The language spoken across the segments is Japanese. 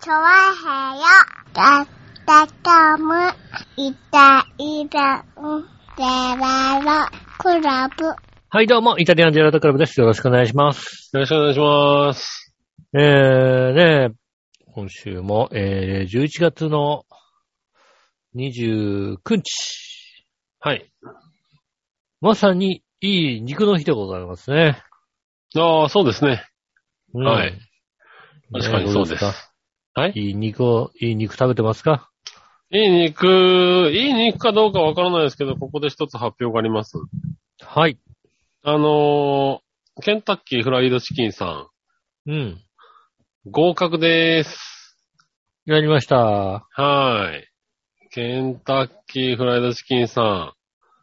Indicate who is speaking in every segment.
Speaker 1: チョワヘヨだったかむいたいたんゼラロクラブ
Speaker 2: はい、どうも、イタリアンジェラートクラブです。よろしくお願いします。
Speaker 3: よろしくお願いします。
Speaker 2: えー、ね今週も、えー、11月の29日。
Speaker 3: はい。
Speaker 2: まさに、いい肉の日でございますね。
Speaker 3: ああ、そうですね。
Speaker 2: うん
Speaker 3: はい
Speaker 2: ね
Speaker 3: 確かにそうです
Speaker 2: どか
Speaker 3: はい
Speaker 2: いい肉を、いい肉食べてますか
Speaker 3: いい肉、いい肉かどうかわからないですけど、ここで一つ発表があります。
Speaker 2: はい。
Speaker 3: あのーケンタッキーフライドチキンさ
Speaker 2: うん。
Speaker 3: ん、合格です。
Speaker 2: やりました。
Speaker 3: はーい。ケンタッキーフライドチキンさ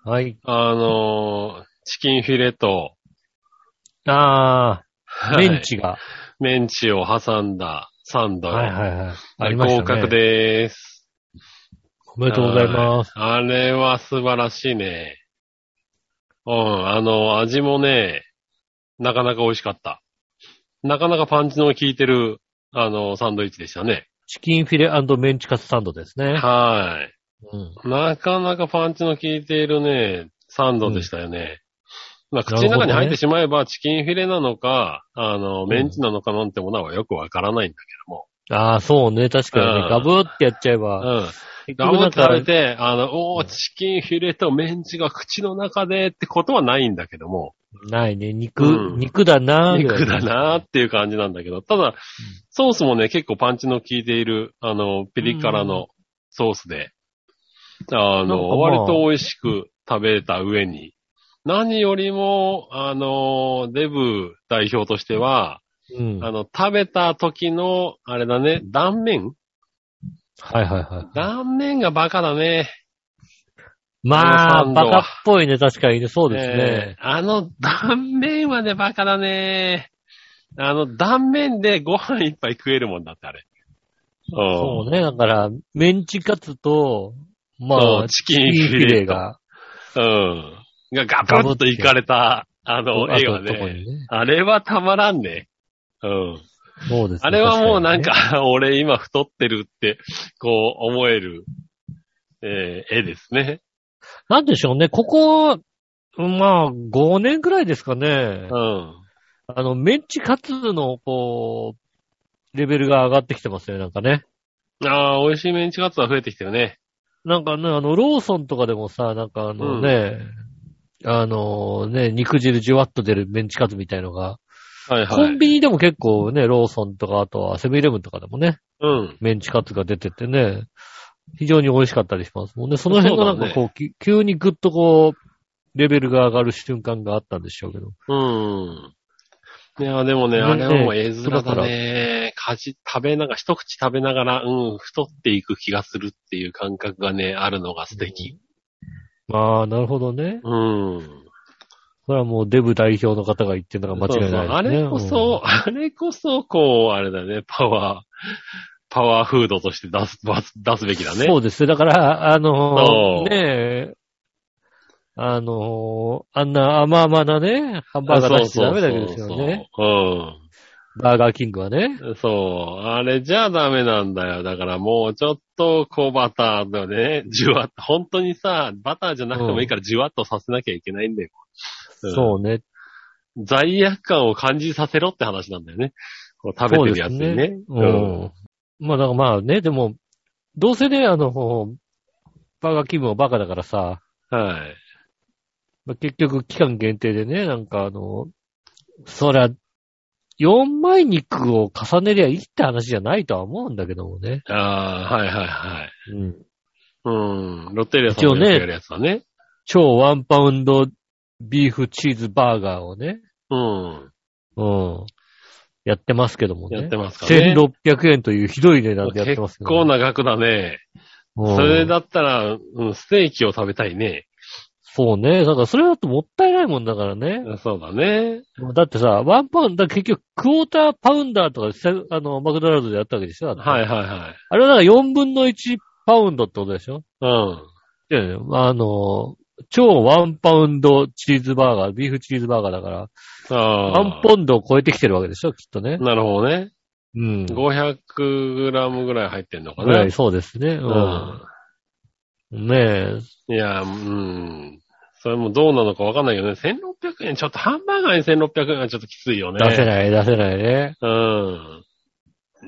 Speaker 3: ん、
Speaker 2: はい。
Speaker 3: あのーチキンフィレと、
Speaker 2: あー、
Speaker 3: はい
Speaker 2: メンチが。
Speaker 3: メンチを挟んだサンド。
Speaker 2: はいはいはい。ありましたね。
Speaker 3: 合格です。
Speaker 2: おめでとうございます。
Speaker 3: はい。あれは素晴らしいね。うん、あの、味もね、なかなか美味しかった。なかなかパンチの効いてる、あの、サンドイッチでしたね。
Speaker 2: チキンフィレメンチカツサンドですね。
Speaker 3: は
Speaker 2: うん。
Speaker 3: い。なかなかパンチの効いているね、サンドでしたよね。まあ、口の中に入ってしまえば、チキンフィレなのか、あの、メンチなのかなんてものはよくわからないんだ
Speaker 2: ああ、そうね。確かに
Speaker 3: う
Speaker 2: ね。
Speaker 3: ん
Speaker 2: ガブってやっちゃえば
Speaker 3: け。ども。う
Speaker 2: 結局
Speaker 3: ん。ガム
Speaker 2: なん
Speaker 3: って食
Speaker 2: か
Speaker 3: べて、あの、おー、チキンフィレとメンチが口の中でってことはないんだけども、
Speaker 2: ないね。肉、
Speaker 3: うん
Speaker 2: 肉だなーぐらい
Speaker 3: 肉だなーっていう感じなんだけど、ただ、ソースもね、結構パンチの効いている、あの、ピリ辛のソースで、あ
Speaker 2: なんか
Speaker 3: の、
Speaker 2: まあ
Speaker 3: 割と美味しく食べた上に、何よりも、あの、デブ代表としては、
Speaker 2: うん。
Speaker 3: あ
Speaker 2: はい
Speaker 3: の、食べた時の、あれだね、断面
Speaker 2: はいはい。
Speaker 3: 断面がバカだね。
Speaker 2: まあ、
Speaker 3: このサン
Speaker 2: バ
Speaker 3: ドは
Speaker 2: カっぽいね。確かにね。そうですね
Speaker 3: え。ーあの断面はね、バカだね。あの断面でご飯一杯食えるもんだって、あれ。
Speaker 2: そ
Speaker 3: そう
Speaker 2: ね。だから、メンチカツと、ま
Speaker 3: そ
Speaker 2: あ、
Speaker 3: うチキンフィレと
Speaker 2: が、
Speaker 3: うん。がガブッといかれた、あの、
Speaker 2: あ
Speaker 3: 絵
Speaker 2: と
Speaker 3: が
Speaker 2: のとこに
Speaker 3: ね。
Speaker 2: ね。
Speaker 3: あれはたまらんね。うん。
Speaker 2: そうですね
Speaker 3: あれはもうなん
Speaker 2: 確
Speaker 3: か、 俺今太ってるって、こう思える、えー絵ですね。
Speaker 2: にねなんでしょうね。ここ、まあ、5年ぐらいですかね
Speaker 3: う。ん。
Speaker 2: あの、メンチカツの、こう、レベルが上がってきてますよね。なんかね。
Speaker 3: ああ、美味しいメンチカツは増えてきてるね。
Speaker 2: なんかね、あの、ローソンとかでもさ、なんかあのね、あのね、肉汁じゅわっと出るメンチカツみたいのが、
Speaker 3: はいは
Speaker 2: コン
Speaker 3: い。
Speaker 2: ビニでも結構ね、ローソンとか、あとはセブンイレブンとかでもね、
Speaker 3: うん。
Speaker 2: メンチカツが出ててね、非常に美味しかったりしますもんね。その辺がなんかこう、き急にぐっとこう、レベルが上がる瞬間があったんでしょうけど。
Speaker 3: うん。いや、でもね、
Speaker 2: ね
Speaker 3: あれはもう絵面
Speaker 2: だか
Speaker 3: だ
Speaker 2: ら
Speaker 3: ね。かじ、食べながら、一口食べながら、うん、太っていく気がするっていう感覚がね、あるのが素敵。
Speaker 2: まあ、なるほどね。
Speaker 3: うん。
Speaker 2: これはもうデブ代表の方が言ってるのが間違い
Speaker 3: そう
Speaker 2: な
Speaker 3: そう
Speaker 2: い
Speaker 3: あ
Speaker 2: ですね。
Speaker 3: れこそ、あれこそ、こう、あれだね、パワー、パワーフードとして出す、出す出すべきだね。
Speaker 2: そうですね。だから、あの
Speaker 3: そ
Speaker 2: ー、
Speaker 3: う
Speaker 2: ねえ、あのー、あんな甘々なね、ハンバーガー出しちゃダメだけですよね。
Speaker 3: そうそう
Speaker 2: バーガーキングはね。
Speaker 3: そう。うん。そう。あれじゃダメなんだよ。だからもうちょっと、こうバターだね、じゅわっと、本当にさ、バターじゃなくてもいいからじゅわっとさせなきゃいけないんだよ。うん
Speaker 2: そうね。
Speaker 3: 罪悪感を感じさせろって話なんだよね。こう食べてるやつにね。
Speaker 2: そうですねうん。まあ、だからまあね、でも、どうせね、あの、バーガーキングはバカだからさ、
Speaker 3: はい。
Speaker 2: まあ結局期間限定でね、なんかあの、そりゃ、4枚肉を重ねりゃいいって話じゃないとは思うんだけどもね。
Speaker 3: ああ、はいはいはい。
Speaker 2: うん。
Speaker 3: うん。ロッテリアさんのやつやるやつだね。
Speaker 2: 超ワンパウンドビーフチーズバーガーをね、
Speaker 3: うん。
Speaker 2: うん。やってますけどもね。
Speaker 3: やってますからね
Speaker 2: 1600円というひどい値段でやってます
Speaker 3: 結
Speaker 2: けど
Speaker 3: 構
Speaker 2: も。
Speaker 3: な額だね。
Speaker 2: うん
Speaker 3: それだったら、うん、ステーキを食べたいね。
Speaker 2: そうね。だからそれだともったいないもんだからね。
Speaker 3: そうだね。
Speaker 2: だってさ、ワンパウンド、だから結局クォーターパウンダーとかせ、あの、マクドナルドでやったわけでしょだって
Speaker 3: はいはいはい。
Speaker 2: あれはだから4分の1パウンドってことでしょ
Speaker 3: うん。
Speaker 2: いやいやあの、超ワンパウンドチーズバーガー、ビーフチーズバーガーだから、
Speaker 3: ああ。
Speaker 2: ワンポンドを超えてきてるわけでしょきっとね。
Speaker 3: なるほどね。
Speaker 2: うん。
Speaker 3: 500g ぐらい入ってんのか
Speaker 2: ぐら
Speaker 3: な。
Speaker 2: い、そうですね。うん。ねえ。
Speaker 3: いや、うん。それもどうなのかわかんないけどね。1600円、ちょっとハンバーガーに1600円はちょっときついよね。
Speaker 2: 出せない、出せないね。
Speaker 3: うん。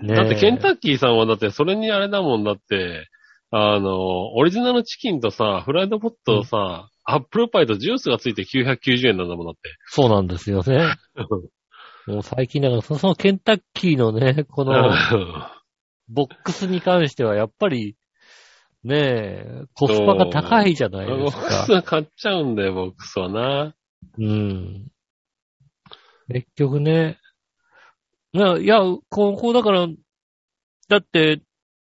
Speaker 2: ねえ
Speaker 3: だってケンタッキーさんはだってそれにあれだもんだって、あの、オリジナルチキンとさ、フライドポットとさ、アップルパイとジュースがついて990円なんだもんだって。
Speaker 2: そうなんですよ ね。もう最近だから、そもそもケンタッキーのね、このボックスに関してはやっぱり、ねえ、コスパが高いじゃない
Speaker 3: ボ
Speaker 2: です
Speaker 3: ック
Speaker 2: か
Speaker 3: ス。は買っちゃうんだよ、ボックスはな。
Speaker 2: うん。結局ね。ないや、ここだから、だって、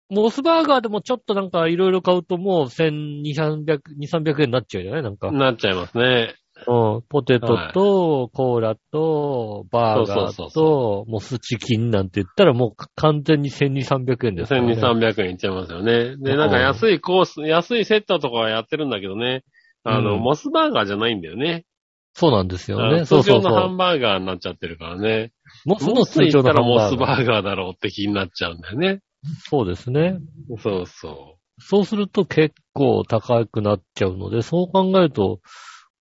Speaker 2: モスバーガーでもちょっとなんかいろいろ買うともう1200、200 300円になっちゃうじゃないなんか。
Speaker 3: なっちゃいますね。
Speaker 2: うん。ポテトと、コーラと、バーガ
Speaker 3: そうそうそう
Speaker 2: ーと、モスチキンなんて言ったらもう完全に1200円ですから、ね。
Speaker 3: 1200円いっちゃいますよね。で、なんか安いコース、安いセットとかはやってるんだけどね。あの、
Speaker 2: うん
Speaker 3: モスバーガーじゃないんだよね。
Speaker 2: そうなんですよ
Speaker 3: あの
Speaker 2: ね。そう
Speaker 3: 通
Speaker 2: そ
Speaker 3: 常
Speaker 2: うそ
Speaker 3: のハ
Speaker 2: う。
Speaker 3: ンバーガーになっちゃってるからね。
Speaker 2: モス
Speaker 3: モ
Speaker 2: の
Speaker 3: ス
Speaker 2: 通
Speaker 3: 行
Speaker 2: 常
Speaker 3: っ
Speaker 2: の
Speaker 3: た
Speaker 2: ハ
Speaker 3: ら
Speaker 2: ン
Speaker 3: モ
Speaker 2: バ
Speaker 3: ス
Speaker 2: ーガー。
Speaker 3: バーガーだろうって気になっちゃうんだよね。
Speaker 2: そうですね。
Speaker 3: そうそ
Speaker 2: そうすると結構高くなっちゃうので、そう考えると、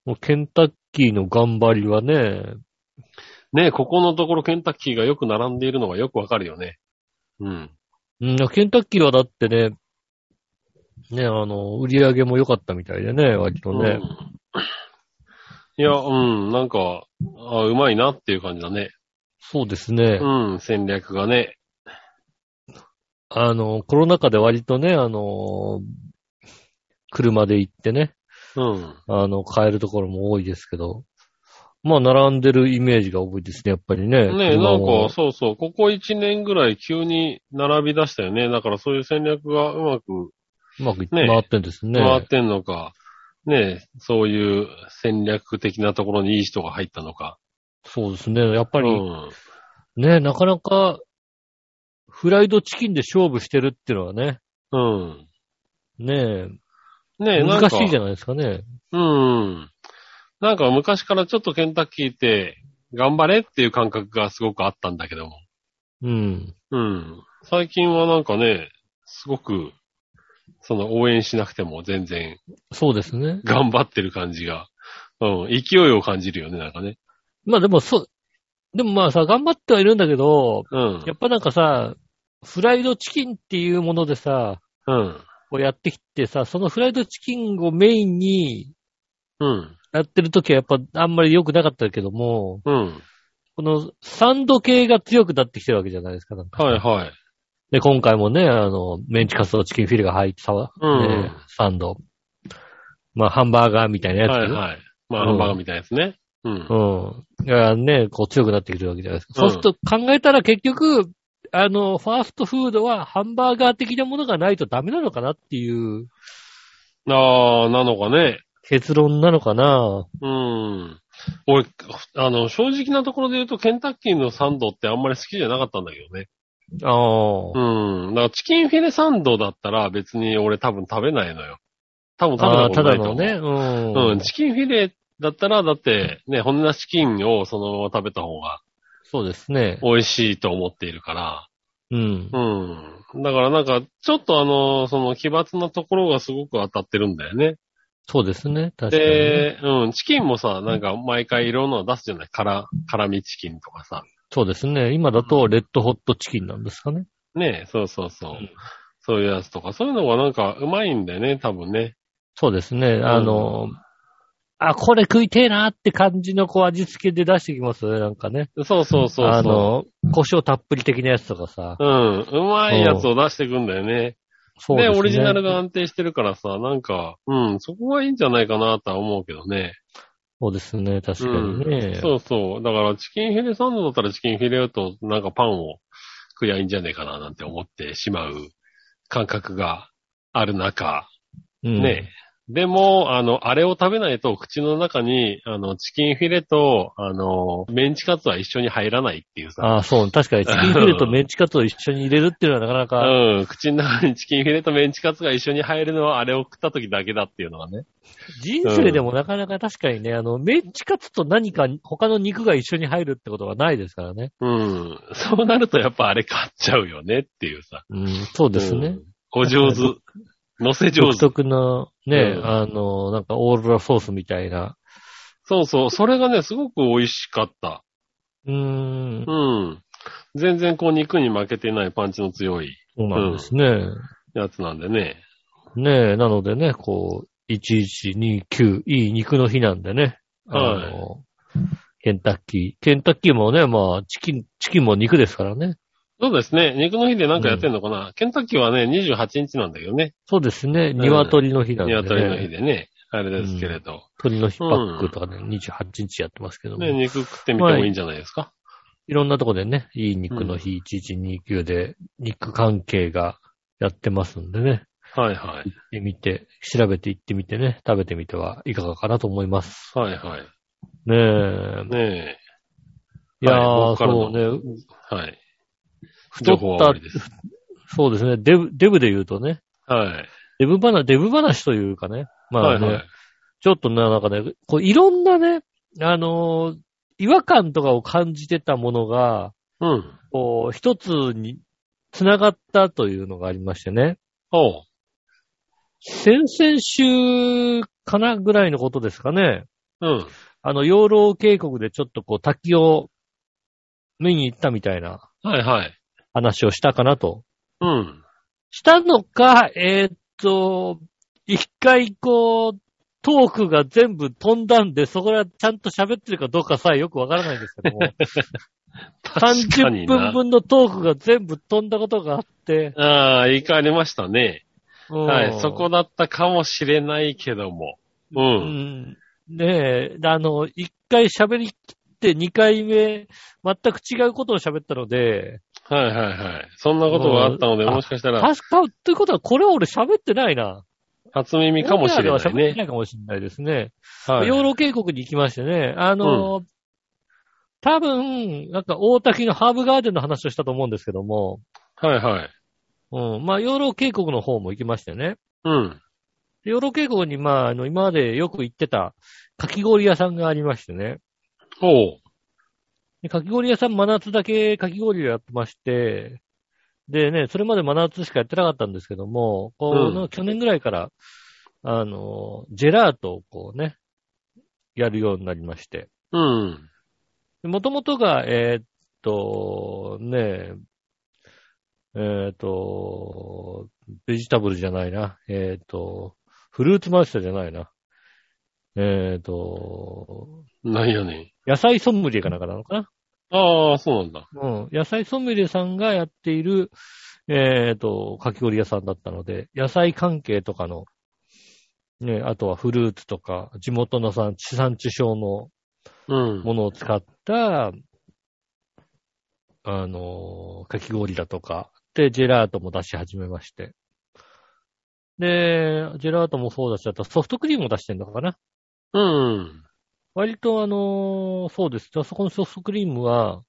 Speaker 2: もうケンタッキーの頑張りはね、
Speaker 3: う。ねここのところケンタッキーがよく並んでいるのがよくわかるよね。うん。
Speaker 2: うん、ケンタッキーはだってね、ね、あの、売り上げも良かったみたいでね、割とね。
Speaker 3: うんいや、うん、なんか、あうまいなっていう感じだね。
Speaker 2: そうですね。
Speaker 3: うん、戦略がね。
Speaker 2: あの、コロナ禍で割とね、あの、車で行ってね、
Speaker 3: うん。
Speaker 2: あの、買えるところも多いですけど、まあ、並んでるイメージが多いですね、やっぱりね。
Speaker 3: ねな
Speaker 2: 車
Speaker 3: ん
Speaker 2: も
Speaker 3: か、そうそう、ここ1年ぐらい急に並び出したよね。だからそういう戦略がうまく
Speaker 2: うまくいっ
Speaker 3: ね
Speaker 2: 回ってんですね。
Speaker 3: 回ってんのか、ねそういう戦略的なところにいい人が入ったのか。
Speaker 2: そうですね。やっぱり、
Speaker 3: うん。
Speaker 2: ね、なかなか、フライドチキンで勝負してるっていうのはね、
Speaker 3: うん。
Speaker 2: ね
Speaker 3: ね
Speaker 2: え、
Speaker 3: なん
Speaker 2: 難
Speaker 3: か。
Speaker 2: しいじゃないですかね。
Speaker 3: うん。なんか昔からちょっとケンタッキーって頑張れっていう感覚がすごくあったんだけども。
Speaker 2: うん。
Speaker 3: うん。最近はなんかね、すごく、その応援しなくても全然
Speaker 2: そうですね。
Speaker 3: 頑張ってる感じが、うん、勢いを感じるよね、なんかね。
Speaker 2: まあでも、そう、でもまあさ、頑張ってはいるんだけど、
Speaker 3: うん
Speaker 2: や。っぱなんかさ、フライドチキンっていうものでさ、
Speaker 3: うん。
Speaker 2: こうやってきてさ、そのフライドチキンをメインに
Speaker 3: うん。
Speaker 2: やってる時はやっぱあんまり良くなかったけども、
Speaker 3: うん。
Speaker 2: このサンド系が強くなってきてるわけじゃないですか。なんか
Speaker 3: はいはい。
Speaker 2: で、今回もね、あの、メンチカツとチキンフィレが入ってたわ、
Speaker 3: うん
Speaker 2: ねサンド。まあ、ハンバーガーみたいなやつ。
Speaker 3: はいはい。まあ、
Speaker 2: うん
Speaker 3: ハンバーガーみたいなやつね。うん。
Speaker 2: うん。がね、こう強くなってくるわけじゃないですか。
Speaker 3: う
Speaker 2: そ
Speaker 3: ん
Speaker 2: うすると考えたら結局、あの、ファーストフードはハンバーガー的なものがないとダメなのかなっていう
Speaker 3: ああ、なのかね。
Speaker 2: 結論なのかな。
Speaker 3: うん。俺、あの、正直なところで言うと、ケンタッキーのサンドってあんまり好きじゃなかったんだけどね。
Speaker 2: ああ。
Speaker 3: うん。だからチキンフィレサンドだったら別に俺多分食べないのよ。多分食べ
Speaker 2: あ
Speaker 3: た
Speaker 2: あ、
Speaker 3: こと
Speaker 2: た
Speaker 3: な
Speaker 2: だ
Speaker 3: いと
Speaker 2: の
Speaker 3: 思う。
Speaker 2: ね。うん。
Speaker 3: うん。チキンフィレだったら、だってね、骨なしチキンをそのまま食べた方が
Speaker 2: そうですね。
Speaker 3: 美味しいと思っているから。
Speaker 2: うん。
Speaker 3: うん。だからなんか、ちょっとあの、その奇抜なところがすごく当たってるんだよね。
Speaker 2: そうですね。確かにね、
Speaker 3: で、うん、チキンもさ、なんか毎回いろんなの出すじゃない辛、辛味チキンとかさ。
Speaker 2: そうですね。今だとレッドホットチキンなんですかね。
Speaker 3: ねえ、そうそうそう。
Speaker 2: うん
Speaker 3: そういうやつとか、そういうのがなんかうまいんだよね、多分ね。
Speaker 2: そうですね。あの、あ、これ食いてえなって感じのこう味付けで出してきますよね。なんかね。
Speaker 3: そうそうそうそう。
Speaker 2: あの、胡椒たっぷり的なやつとかさ。
Speaker 3: うん、うまいやつを出してくんだよね。
Speaker 2: そう
Speaker 3: で
Speaker 2: ですね。
Speaker 3: オリジナルが安定してるからさ、なんか、うん、そこがいいんじゃないかなとは思うけどね。
Speaker 2: そうですね、確かに
Speaker 3: う
Speaker 2: ね
Speaker 3: ん。。そうそう。だから、チキンフィレサンドだったらチキンフィレとなんかパンを食りゃいいんじゃねえかななんて思ってしまう感覚がある中、
Speaker 2: うん
Speaker 3: ね、でも、あの、あれを食べないと口の中に、あの、チキンフィレと、あの、メンチカツは一緒に入らないっていうさ。
Speaker 2: ああ、そう、確か にチキンフィレとメンチカツを一緒に入れるっていうのはなかなか、
Speaker 3: うん、口の中にチキンフィレとメンチカツが一緒に入るのはあれを食った時だけだっていうのがね。
Speaker 2: 人生でもなかなか確かにね、あの、メンチカツと何か他の肉が一緒に入るってことはないですからね。
Speaker 3: うん。そうなるとやっぱあれ買っちゃうよねっていうさ。
Speaker 2: うん、そうですね。
Speaker 3: うん。お上 手。乗せ上
Speaker 2: 独
Speaker 3: 手。
Speaker 2: 特のね、
Speaker 3: うん
Speaker 2: あの、なんかオーロラソースみたいな。
Speaker 3: そうそう。それがね、すごく美味しかった。
Speaker 2: うーん
Speaker 3: う、ん。全然こう肉に負けてないパンチの強い
Speaker 2: そうなんですね。
Speaker 3: やつなんでね。
Speaker 2: ねえ、なのでね、こう、1129、いい肉の日なんでね。
Speaker 3: は
Speaker 2: あ
Speaker 3: い
Speaker 2: の、ケンタッキー。ケンタッキーもね、まあ、チキン、チキンも肉ですからね。
Speaker 3: そうですね。肉の日でなんかやってんのかな、ケンタッキーはね、28日なんだけどね。
Speaker 2: そうですね、鶏の日なんで、ね。
Speaker 3: 鶏の日でね。あれですけれど。
Speaker 2: 鶏の日パックとかね、28日やってますけども。
Speaker 3: ね、肉食ってみてもいいんじゃないですか。
Speaker 2: いろんなとこでね、いい肉の日1129で、肉関係がやってますんでね、
Speaker 3: はいはい。
Speaker 2: 行ってみて、調べて行ってみてね、食べてみてはいかがかなと思います。
Speaker 3: はいはい。
Speaker 2: ねえ。
Speaker 3: ね
Speaker 2: いや
Speaker 3: は
Speaker 2: ー、
Speaker 3: い僕からの
Speaker 2: そうね、
Speaker 3: え。はい。
Speaker 2: 太
Speaker 3: 情
Speaker 2: っ
Speaker 3: 報は終
Speaker 2: た
Speaker 3: わり、です。
Speaker 2: そうですね、デブ、デブで言うとね、
Speaker 3: はい。
Speaker 2: デブ話、デブ話というかね、まあ、
Speaker 3: はい
Speaker 2: ね
Speaker 3: はい。
Speaker 2: ちょっとね、なんかね、こういろんなね、あのー違和感とかを感じてたものが、
Speaker 3: うん。
Speaker 2: こう、一つに繋がったというのがありましてね。
Speaker 3: おう。
Speaker 2: 先々週かなぐらいのことですかね。
Speaker 3: うん。
Speaker 2: あの、養老渓谷でちょっとこう滝を見に行ったみたいな
Speaker 3: はいはい。
Speaker 2: 話をしたかなと。
Speaker 3: うん。
Speaker 2: したのか、えーっと、一回こう、トークが全部飛んだんで、そこらちゃんと喋ってるかどうかさえよくわからないんですけども、
Speaker 3: 確か
Speaker 2: 30
Speaker 3: にな。
Speaker 2: 分分のトークが全部飛んだことがあって、
Speaker 3: ああ、言い換えれましたね。は
Speaker 2: う
Speaker 3: い。
Speaker 2: ん
Speaker 3: そこだったかもしれないけども。う。
Speaker 2: うんん。ねえ、あの、一回喋り切って二回目、全く違うことを喋ったので、
Speaker 3: はいはいはい。そんなことがあったので、
Speaker 2: うん
Speaker 3: もしかしたら、
Speaker 2: 確か、ということは、これは俺喋ってないな。
Speaker 3: 初耳かもしれ
Speaker 2: オンエア
Speaker 3: な
Speaker 2: で
Speaker 3: い
Speaker 2: は喋って
Speaker 3: ね。
Speaker 2: ないかもしれないですね。
Speaker 3: はい。
Speaker 2: 養老渓谷に行きましてね、あの、多分、なんか大滝のハーブガーデンの話をしたと思うんですけども、
Speaker 3: はいはい。
Speaker 2: うん、まあ養老渓谷の方も行きましてね。
Speaker 3: うん。
Speaker 2: で養老渓谷に、まあ、あの、今までよく行ってたかき氷屋さんがありましてね。
Speaker 3: おう。
Speaker 2: でかき氷屋さん真夏だけかき氷をやってまして、でね、それまで真夏しかやってなかったんですけども、こう
Speaker 3: うん
Speaker 2: 去年ぐらいから、あの、ジェラートをこうね、やるようになりまして。
Speaker 3: うん。
Speaker 2: もともとが、えーっと、ねえ、えーっと、ベジタブルじゃないな。えーっと、フルーツマイスターじゃないな。えーっと、
Speaker 3: なんやねん。
Speaker 2: 野菜ソムリエかなんかなのかな
Speaker 3: ああ、そうなんだ。
Speaker 2: うん。野菜ソムリエさんがやっている、えっ、と、かき氷屋さんだったので、野菜関係とかの、ね、あとはフルーツとか、地元の産地産地消の
Speaker 3: うん。
Speaker 2: ものを使った、あのー、かき氷だとか、で、ジェラートも出し始めまして。で、ジェラートもそうだし、あとソフトクリームも出してんのかな
Speaker 3: うん。
Speaker 2: 割とあのーそうです。あそこのソフトクリームは、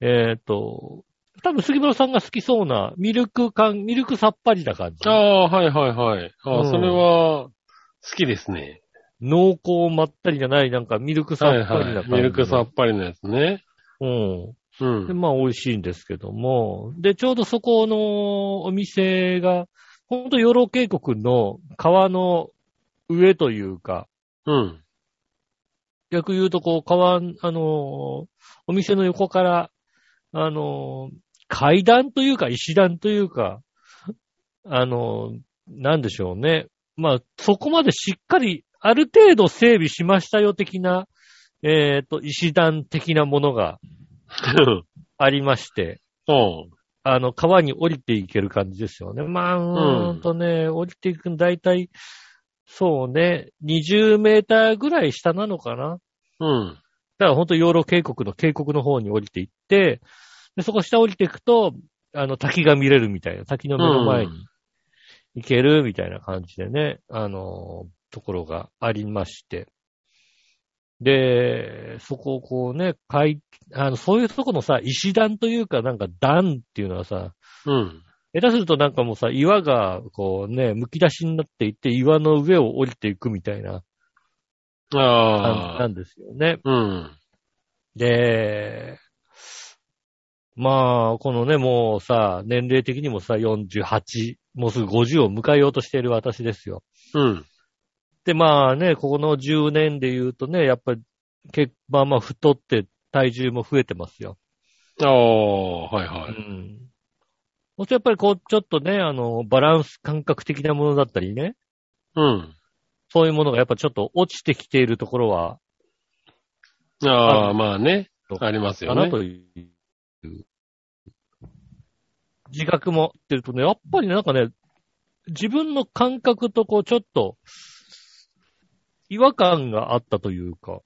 Speaker 2: えっ、と、多分杉村さんが好きそうなミルク感、ミルクさっぱりな感じ
Speaker 3: あ。あ、はいはいはい。ああ、
Speaker 2: うん
Speaker 3: それは、好きですね。
Speaker 2: 濃厚まったりじゃない、なんかミルクさ
Speaker 3: はい
Speaker 2: っぱりな
Speaker 3: は
Speaker 2: 感
Speaker 3: い。
Speaker 2: じ。
Speaker 3: ミルクさっぱりのやつね。
Speaker 2: うん。
Speaker 3: う
Speaker 2: で、
Speaker 3: ん。
Speaker 2: まあ美味しいんですけども。で、ちょうどそこのお店が、ほんと養老渓谷の川の上というか、
Speaker 3: うん。
Speaker 2: 逆言うと、こう、川、あのーお店の横から、あのー階段というか、石段というか、あのーなんでしょうね。まあ、そこまでしっかり、ある程度整備しましたよ、的な、えっ、と、石段的なものがありまして、
Speaker 3: おう。
Speaker 2: あの、川に降りていける感じですよね。まあ、うーんとね、降りていくの、だいたい、そうね、20メーターぐらい下なのかな
Speaker 3: うん。
Speaker 2: だから本当養老渓谷の渓谷の方に降りていって、で、そこ下降りていくと、あの、滝が見れるみたいな、滝の目の前に行けるみたいな感じでね、あの、ところがありまして。で、そこをこうね、階あの、そういうとこのさ、石段というか、なんか段っていうのはさ、
Speaker 3: うん。
Speaker 2: 下手するとなんかもうさ、岩がこうね、剥き出しになっていって、岩の上を降りていくみたいな感じな
Speaker 3: ああ。
Speaker 2: んですよね。
Speaker 3: うん。
Speaker 2: で、まあ、このね、もうさ、年齢的にもさ、48、もうすぐ50を迎えようとしている私ですよ。
Speaker 3: うん。
Speaker 2: で、まあね、ここの10年で言うとね、やっぱり、結まあまあ太って体重も増えてますよ。
Speaker 3: ああ、はいうはい。
Speaker 2: ん。そしてやっぱりこう、ちょっとね、あの、バランス感覚的なものだったりね、
Speaker 3: うん。
Speaker 2: そういうものがやっぱちょっと落ちてきているところは、
Speaker 3: ああ、まあね。
Speaker 2: そう
Speaker 3: ありますよ
Speaker 2: かな
Speaker 3: ね。
Speaker 2: という。自覚もってるとね、やっぱりねなんかね、自分の感覚とこうちょっと、違和感があったというか、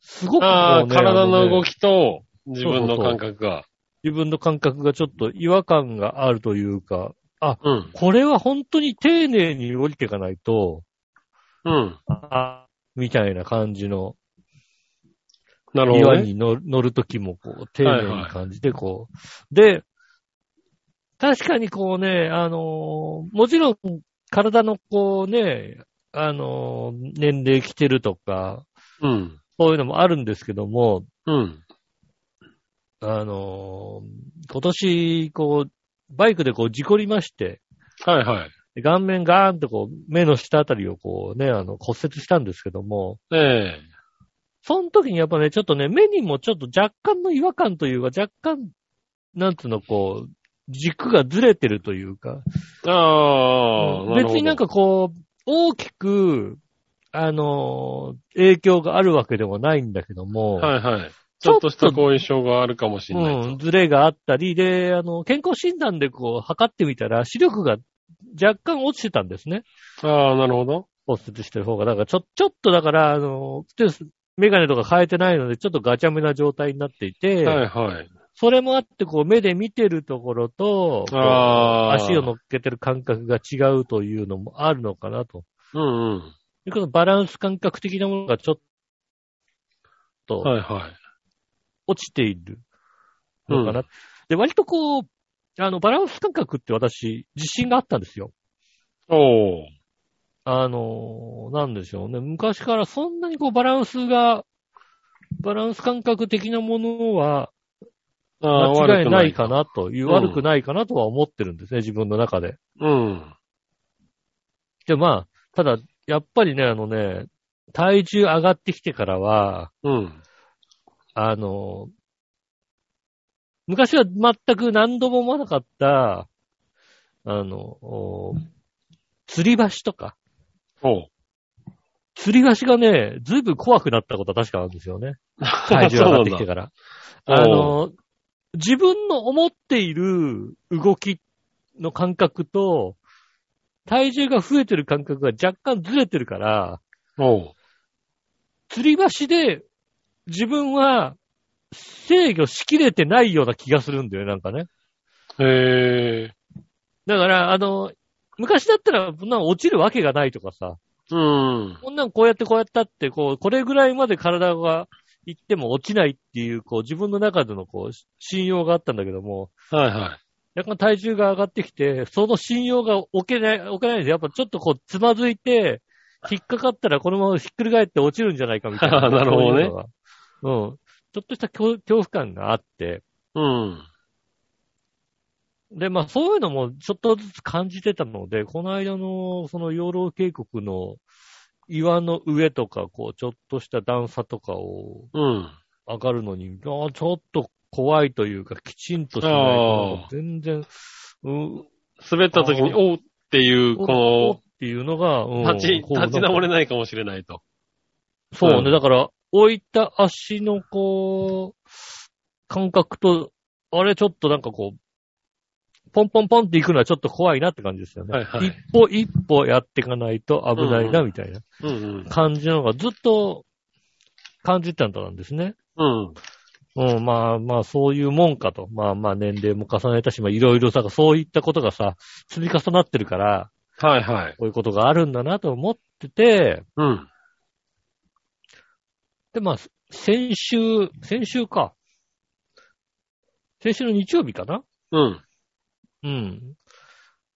Speaker 2: すごくこう、ね、
Speaker 3: ああ、体
Speaker 2: あ
Speaker 3: の
Speaker 2: ね
Speaker 3: 動きと自分
Speaker 2: そう
Speaker 3: の
Speaker 2: そうそう
Speaker 3: 感覚が。
Speaker 2: 自分の感覚がちょっと違和感があるというか、
Speaker 3: うん。
Speaker 2: これは本当に丁寧に降りていかないと、
Speaker 3: うん。
Speaker 2: あみたいな感じの、
Speaker 3: なるほど
Speaker 2: 岩
Speaker 3: ね。
Speaker 2: に乗る乗るときもこう、丁寧に感じてこう。で、確かにこうね、あのーもちろん体のこうね、あのー年齢来てるとか、
Speaker 3: うん。
Speaker 2: そういうのもあるんですけども、
Speaker 3: うん。
Speaker 2: あのー今年、こう、バイクでこう、事故りまして、
Speaker 3: はいはい。
Speaker 2: で顔面ガーンとこう、目の下あたりをこうね、あの、骨折したんですけども、
Speaker 3: ええ。
Speaker 2: その時にやっぱね、ちょっとね、目にもちょっと若干の違和感というか、若干、なんつうの、こう、軸がずれてるというか、
Speaker 3: ああ、るほど
Speaker 2: 別になん、かこう、大きく、あのー、影響があるわけでもないんだけども、
Speaker 3: はいはい。
Speaker 2: ち
Speaker 3: ち
Speaker 2: ょっ
Speaker 3: ょ
Speaker 2: と
Speaker 3: っとした後遺症があるかもしれない。
Speaker 2: うん、ずれがあったり、で、あの、健康診断でこう、測ってみたら、視力が若干落ちてたんですね。
Speaker 3: ああ、なるほど。
Speaker 2: 骨折してる方が、なんかちょ、ちょっとだから、あの、普通にメガネとか変えてないので、ちょっとガチャめな状態になっていて、
Speaker 3: はいはい。
Speaker 2: それもあって、こう、目で見てるところと、こう
Speaker 3: あー
Speaker 2: 足を乗っけてる感覚が違うというのもあるのかなと。
Speaker 3: うんうん。
Speaker 2: でこのバランス感覚的なものがちょっと
Speaker 3: はいはい。
Speaker 2: 落ちているのかな。で、割とこう、あの、バランス感覚って私、自信があったんですよ。
Speaker 3: おー。
Speaker 2: あのー、なんでしょうね。昔からそんなにこうバランスが、バランス感覚的なものは
Speaker 3: あー
Speaker 2: 間違いないか。なという、
Speaker 3: うん
Speaker 2: 悪くないかなとは思ってるんですね、自分の中で。
Speaker 3: 悪くうん。
Speaker 2: で、まあ、ただ、やっぱりね、あのね、体重上がってきてからは、
Speaker 3: うん。
Speaker 2: あのー、昔は全く何度も思わなかった、あの、お釣り橋とか、
Speaker 3: おう。
Speaker 2: 釣り橋がね、ずいぶん怖くなったことは確かあるんですよね。体重上がってきてから。
Speaker 3: そうな
Speaker 2: あ
Speaker 3: んだ
Speaker 2: の、自分の思っている動きの感覚と、体重が増えてる感覚が若干ずれてるから、
Speaker 3: おう。
Speaker 2: 釣り橋で自分は制御しきれてないような気がするんだよね、なんかね。
Speaker 3: へえ。
Speaker 2: だから、あの、昔だったら、こんなの落ちるわけがないとかさ、
Speaker 3: うん。
Speaker 2: こんなんこうやってこうやったって、こう、これぐらいまで体が行っても落ちないっていう、こう、自分の中でのこう、信用があったんだけども、
Speaker 3: はいは
Speaker 2: 若干体重が上がってきて、その信用が置けない、置けないんで、やっぱちょっとこう、つまずいて、引っかかったらこのままひっくり返って落ちるんじゃないかみたいな。
Speaker 3: なるほどね
Speaker 2: そういうのがうん。ちょっとした恐恐怖感があって、
Speaker 3: い。うん。
Speaker 2: で、まあそういうのもちょっとずつ感じてたので、この間のその養老渓谷の岩の上とか、こう、ちょっとした段差とかを
Speaker 3: うん。
Speaker 2: 上がるのに、あーちょっと怖いというか、きちんとしないとなんか全然、うん、
Speaker 3: 滑った時に、
Speaker 2: あ
Speaker 3: おうっていう、
Speaker 2: おっ
Speaker 3: こと
Speaker 2: っていうのが、うん
Speaker 3: の、立ち、
Speaker 2: こう
Speaker 3: 立ち直れ
Speaker 2: なんか
Speaker 3: ないかもしれないと。
Speaker 2: そう
Speaker 3: う
Speaker 2: ね、
Speaker 3: ん
Speaker 2: だから、置いた足のこう、感覚と、あれちょっとなんかこう、ポンポンポンって行くのはちょっと怖いなって感じですよね。
Speaker 3: はいはい
Speaker 2: 一歩一歩やっていかないと危ないなみたいな
Speaker 3: うん
Speaker 2: 感じのがずっと感じてたんだなんですね。
Speaker 3: うん。うん。
Speaker 2: うん、まあまあそういうもんかと。まあまあ年齢も重ねたし、まあいろいろさ、そういったことがさ、積み重なってるから、
Speaker 3: はいはい。
Speaker 2: こういうことがあるんだなと思っってて、
Speaker 3: うん。
Speaker 2: で、まあ、先週、先週か。先週の日曜日かな
Speaker 3: うん。
Speaker 2: うん。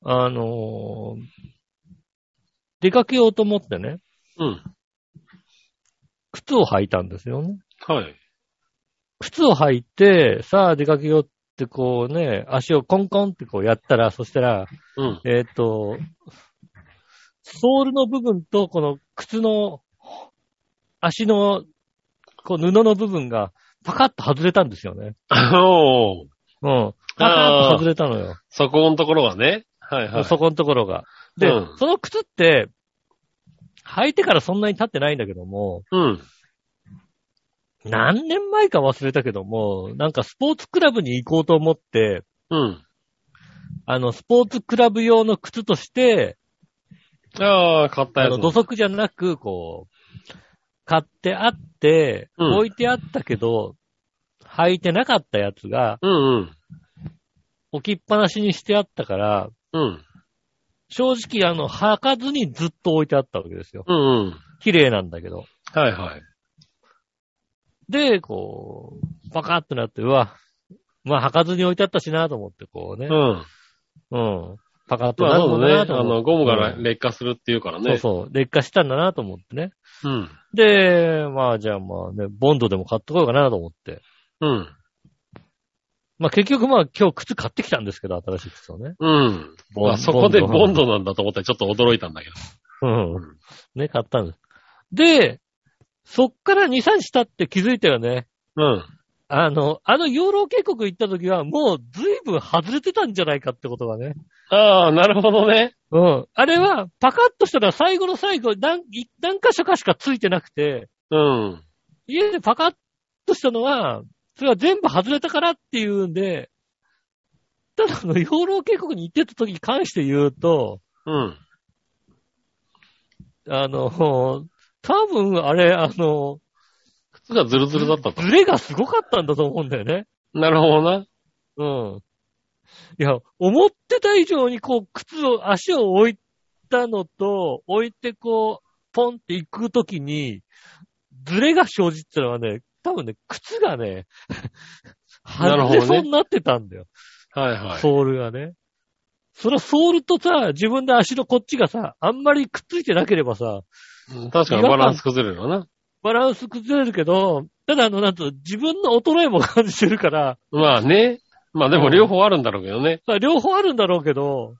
Speaker 2: あのー出かけようと思ってね、
Speaker 3: うん。
Speaker 2: 靴を履いたんですよね。
Speaker 3: はい。
Speaker 2: 靴を履いて、さあ出かけようってこうね、足をコンコンってこうやったら、そしたら、
Speaker 3: うん。
Speaker 2: えっ、と、ソールの部分とこの靴の足のこう布の部分がパカッと外れたんですよね。
Speaker 3: おー
Speaker 2: うん。パカッと外れたのよ。
Speaker 3: そこのところはね。はいはい。
Speaker 2: そこのところが。で、
Speaker 3: うん
Speaker 2: その靴って、履いてからそんなに経ってないんだけども、
Speaker 3: うん。
Speaker 2: 何年前か忘れたけども、なんかスポーツクラブに行こうと思って、
Speaker 3: うん。
Speaker 2: あの、スポーツクラブ用の靴として、
Speaker 3: ああ、買った
Speaker 2: あ
Speaker 3: や
Speaker 2: の、
Speaker 3: つ。
Speaker 2: 土足じゃなく、こう、買ってあって、
Speaker 3: うん
Speaker 2: 置いてあったけど、履いてなかったやつが、
Speaker 3: うんうん。
Speaker 2: 置きっぱなしにしてあったから、
Speaker 3: うん。
Speaker 2: 正直、あの、履かずにずっと置いてあったわけですよ。
Speaker 3: うんうん。
Speaker 2: 綺麗なんだけど。
Speaker 3: はいはい。
Speaker 2: で、こう、パカッとなって、うわ、まあ、履かずに置いてあったしなと思って、こうね
Speaker 3: う。ん。
Speaker 2: うん。パカッと
Speaker 3: ま
Speaker 2: な
Speaker 3: あ、
Speaker 2: るの
Speaker 3: そう
Speaker 2: か
Speaker 3: だね。
Speaker 2: な
Speaker 3: あ
Speaker 2: と思って
Speaker 3: の、ゴムが劣化するっていうから
Speaker 2: そ
Speaker 3: ね。
Speaker 2: うそう。劣化したんだなと思ってね。
Speaker 3: う。うん。
Speaker 2: で、まあ、じゃあまあね、ボンドでも買っとこうかなと思って。
Speaker 3: うん。
Speaker 2: まあ、結局まあ、今日靴買ってきたんですけど、新しい靴をね。
Speaker 3: うん。
Speaker 2: ボン
Speaker 3: あそこでボン
Speaker 2: ド。
Speaker 3: ドなんだと思ったらちょっと驚いたんだけど。
Speaker 2: うん。ね、買ったんです。で、そっから2、3日経って気づいたよね。
Speaker 3: うん。
Speaker 2: あの、あの養老渓谷行った時は、もう随分外れてたんじゃないかってことがね。
Speaker 3: ああ、なるほどね。
Speaker 2: うん。あれは、パカッとしたら最後の最後、何、い何箇所かしかついてなくて、
Speaker 3: うん。
Speaker 2: 家でパカッとしたのは、それは全部外れたからっていうんで、ただあの、養老渓谷に行ってた時に関して言うと、
Speaker 3: うん。
Speaker 2: あの、多分あれ、あの、
Speaker 3: 靴がズルズルだったと。
Speaker 2: ズレがすごかったんだと思うんだよね。
Speaker 3: なるほどな。
Speaker 2: うん。いや、思ってた以上にこう、靴を、足を置いたのと、置いてこう、ポンって行くときに、ズレが生じてたのはね、多分ね、靴がね、
Speaker 3: なる
Speaker 2: 外
Speaker 3: ほどね
Speaker 2: れそうになってたんだよ。
Speaker 3: はいはい。
Speaker 2: ソールがね。それはソールとさ、自分で足のこっちがさ、あんまりくっついてなければさ、
Speaker 3: うん確かにバランス崩れるわな。
Speaker 2: バランス崩れるけど、ただあの、なんと、自分の衰えも感じてるから、
Speaker 3: まあね。まあでも両方あるんだろうけどね。
Speaker 2: まあ、両方あるんだろうけど、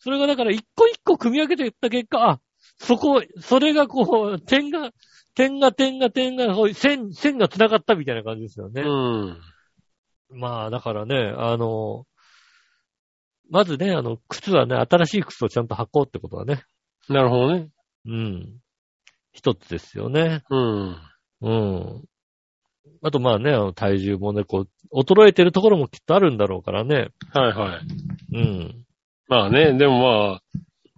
Speaker 2: それがだから一個一個組み上げていった結果、あ、そこ、それがこう、点が、点が点が点が、こう線、線が繋がったみたいな感じですよ
Speaker 3: う
Speaker 2: ね。
Speaker 3: ん。
Speaker 2: まあ、だからね、あの、まずね、あの、靴はね、新しい靴をちゃんと履こうってことはね、
Speaker 3: なるほどね。
Speaker 2: うん。一つですよね。
Speaker 3: うん。
Speaker 2: うん。あとまあね、あの体重もね、こう、衰えてるところもきっとあるんだろうからね。
Speaker 3: はいはい。
Speaker 2: うん。
Speaker 3: まあね、でもまあ、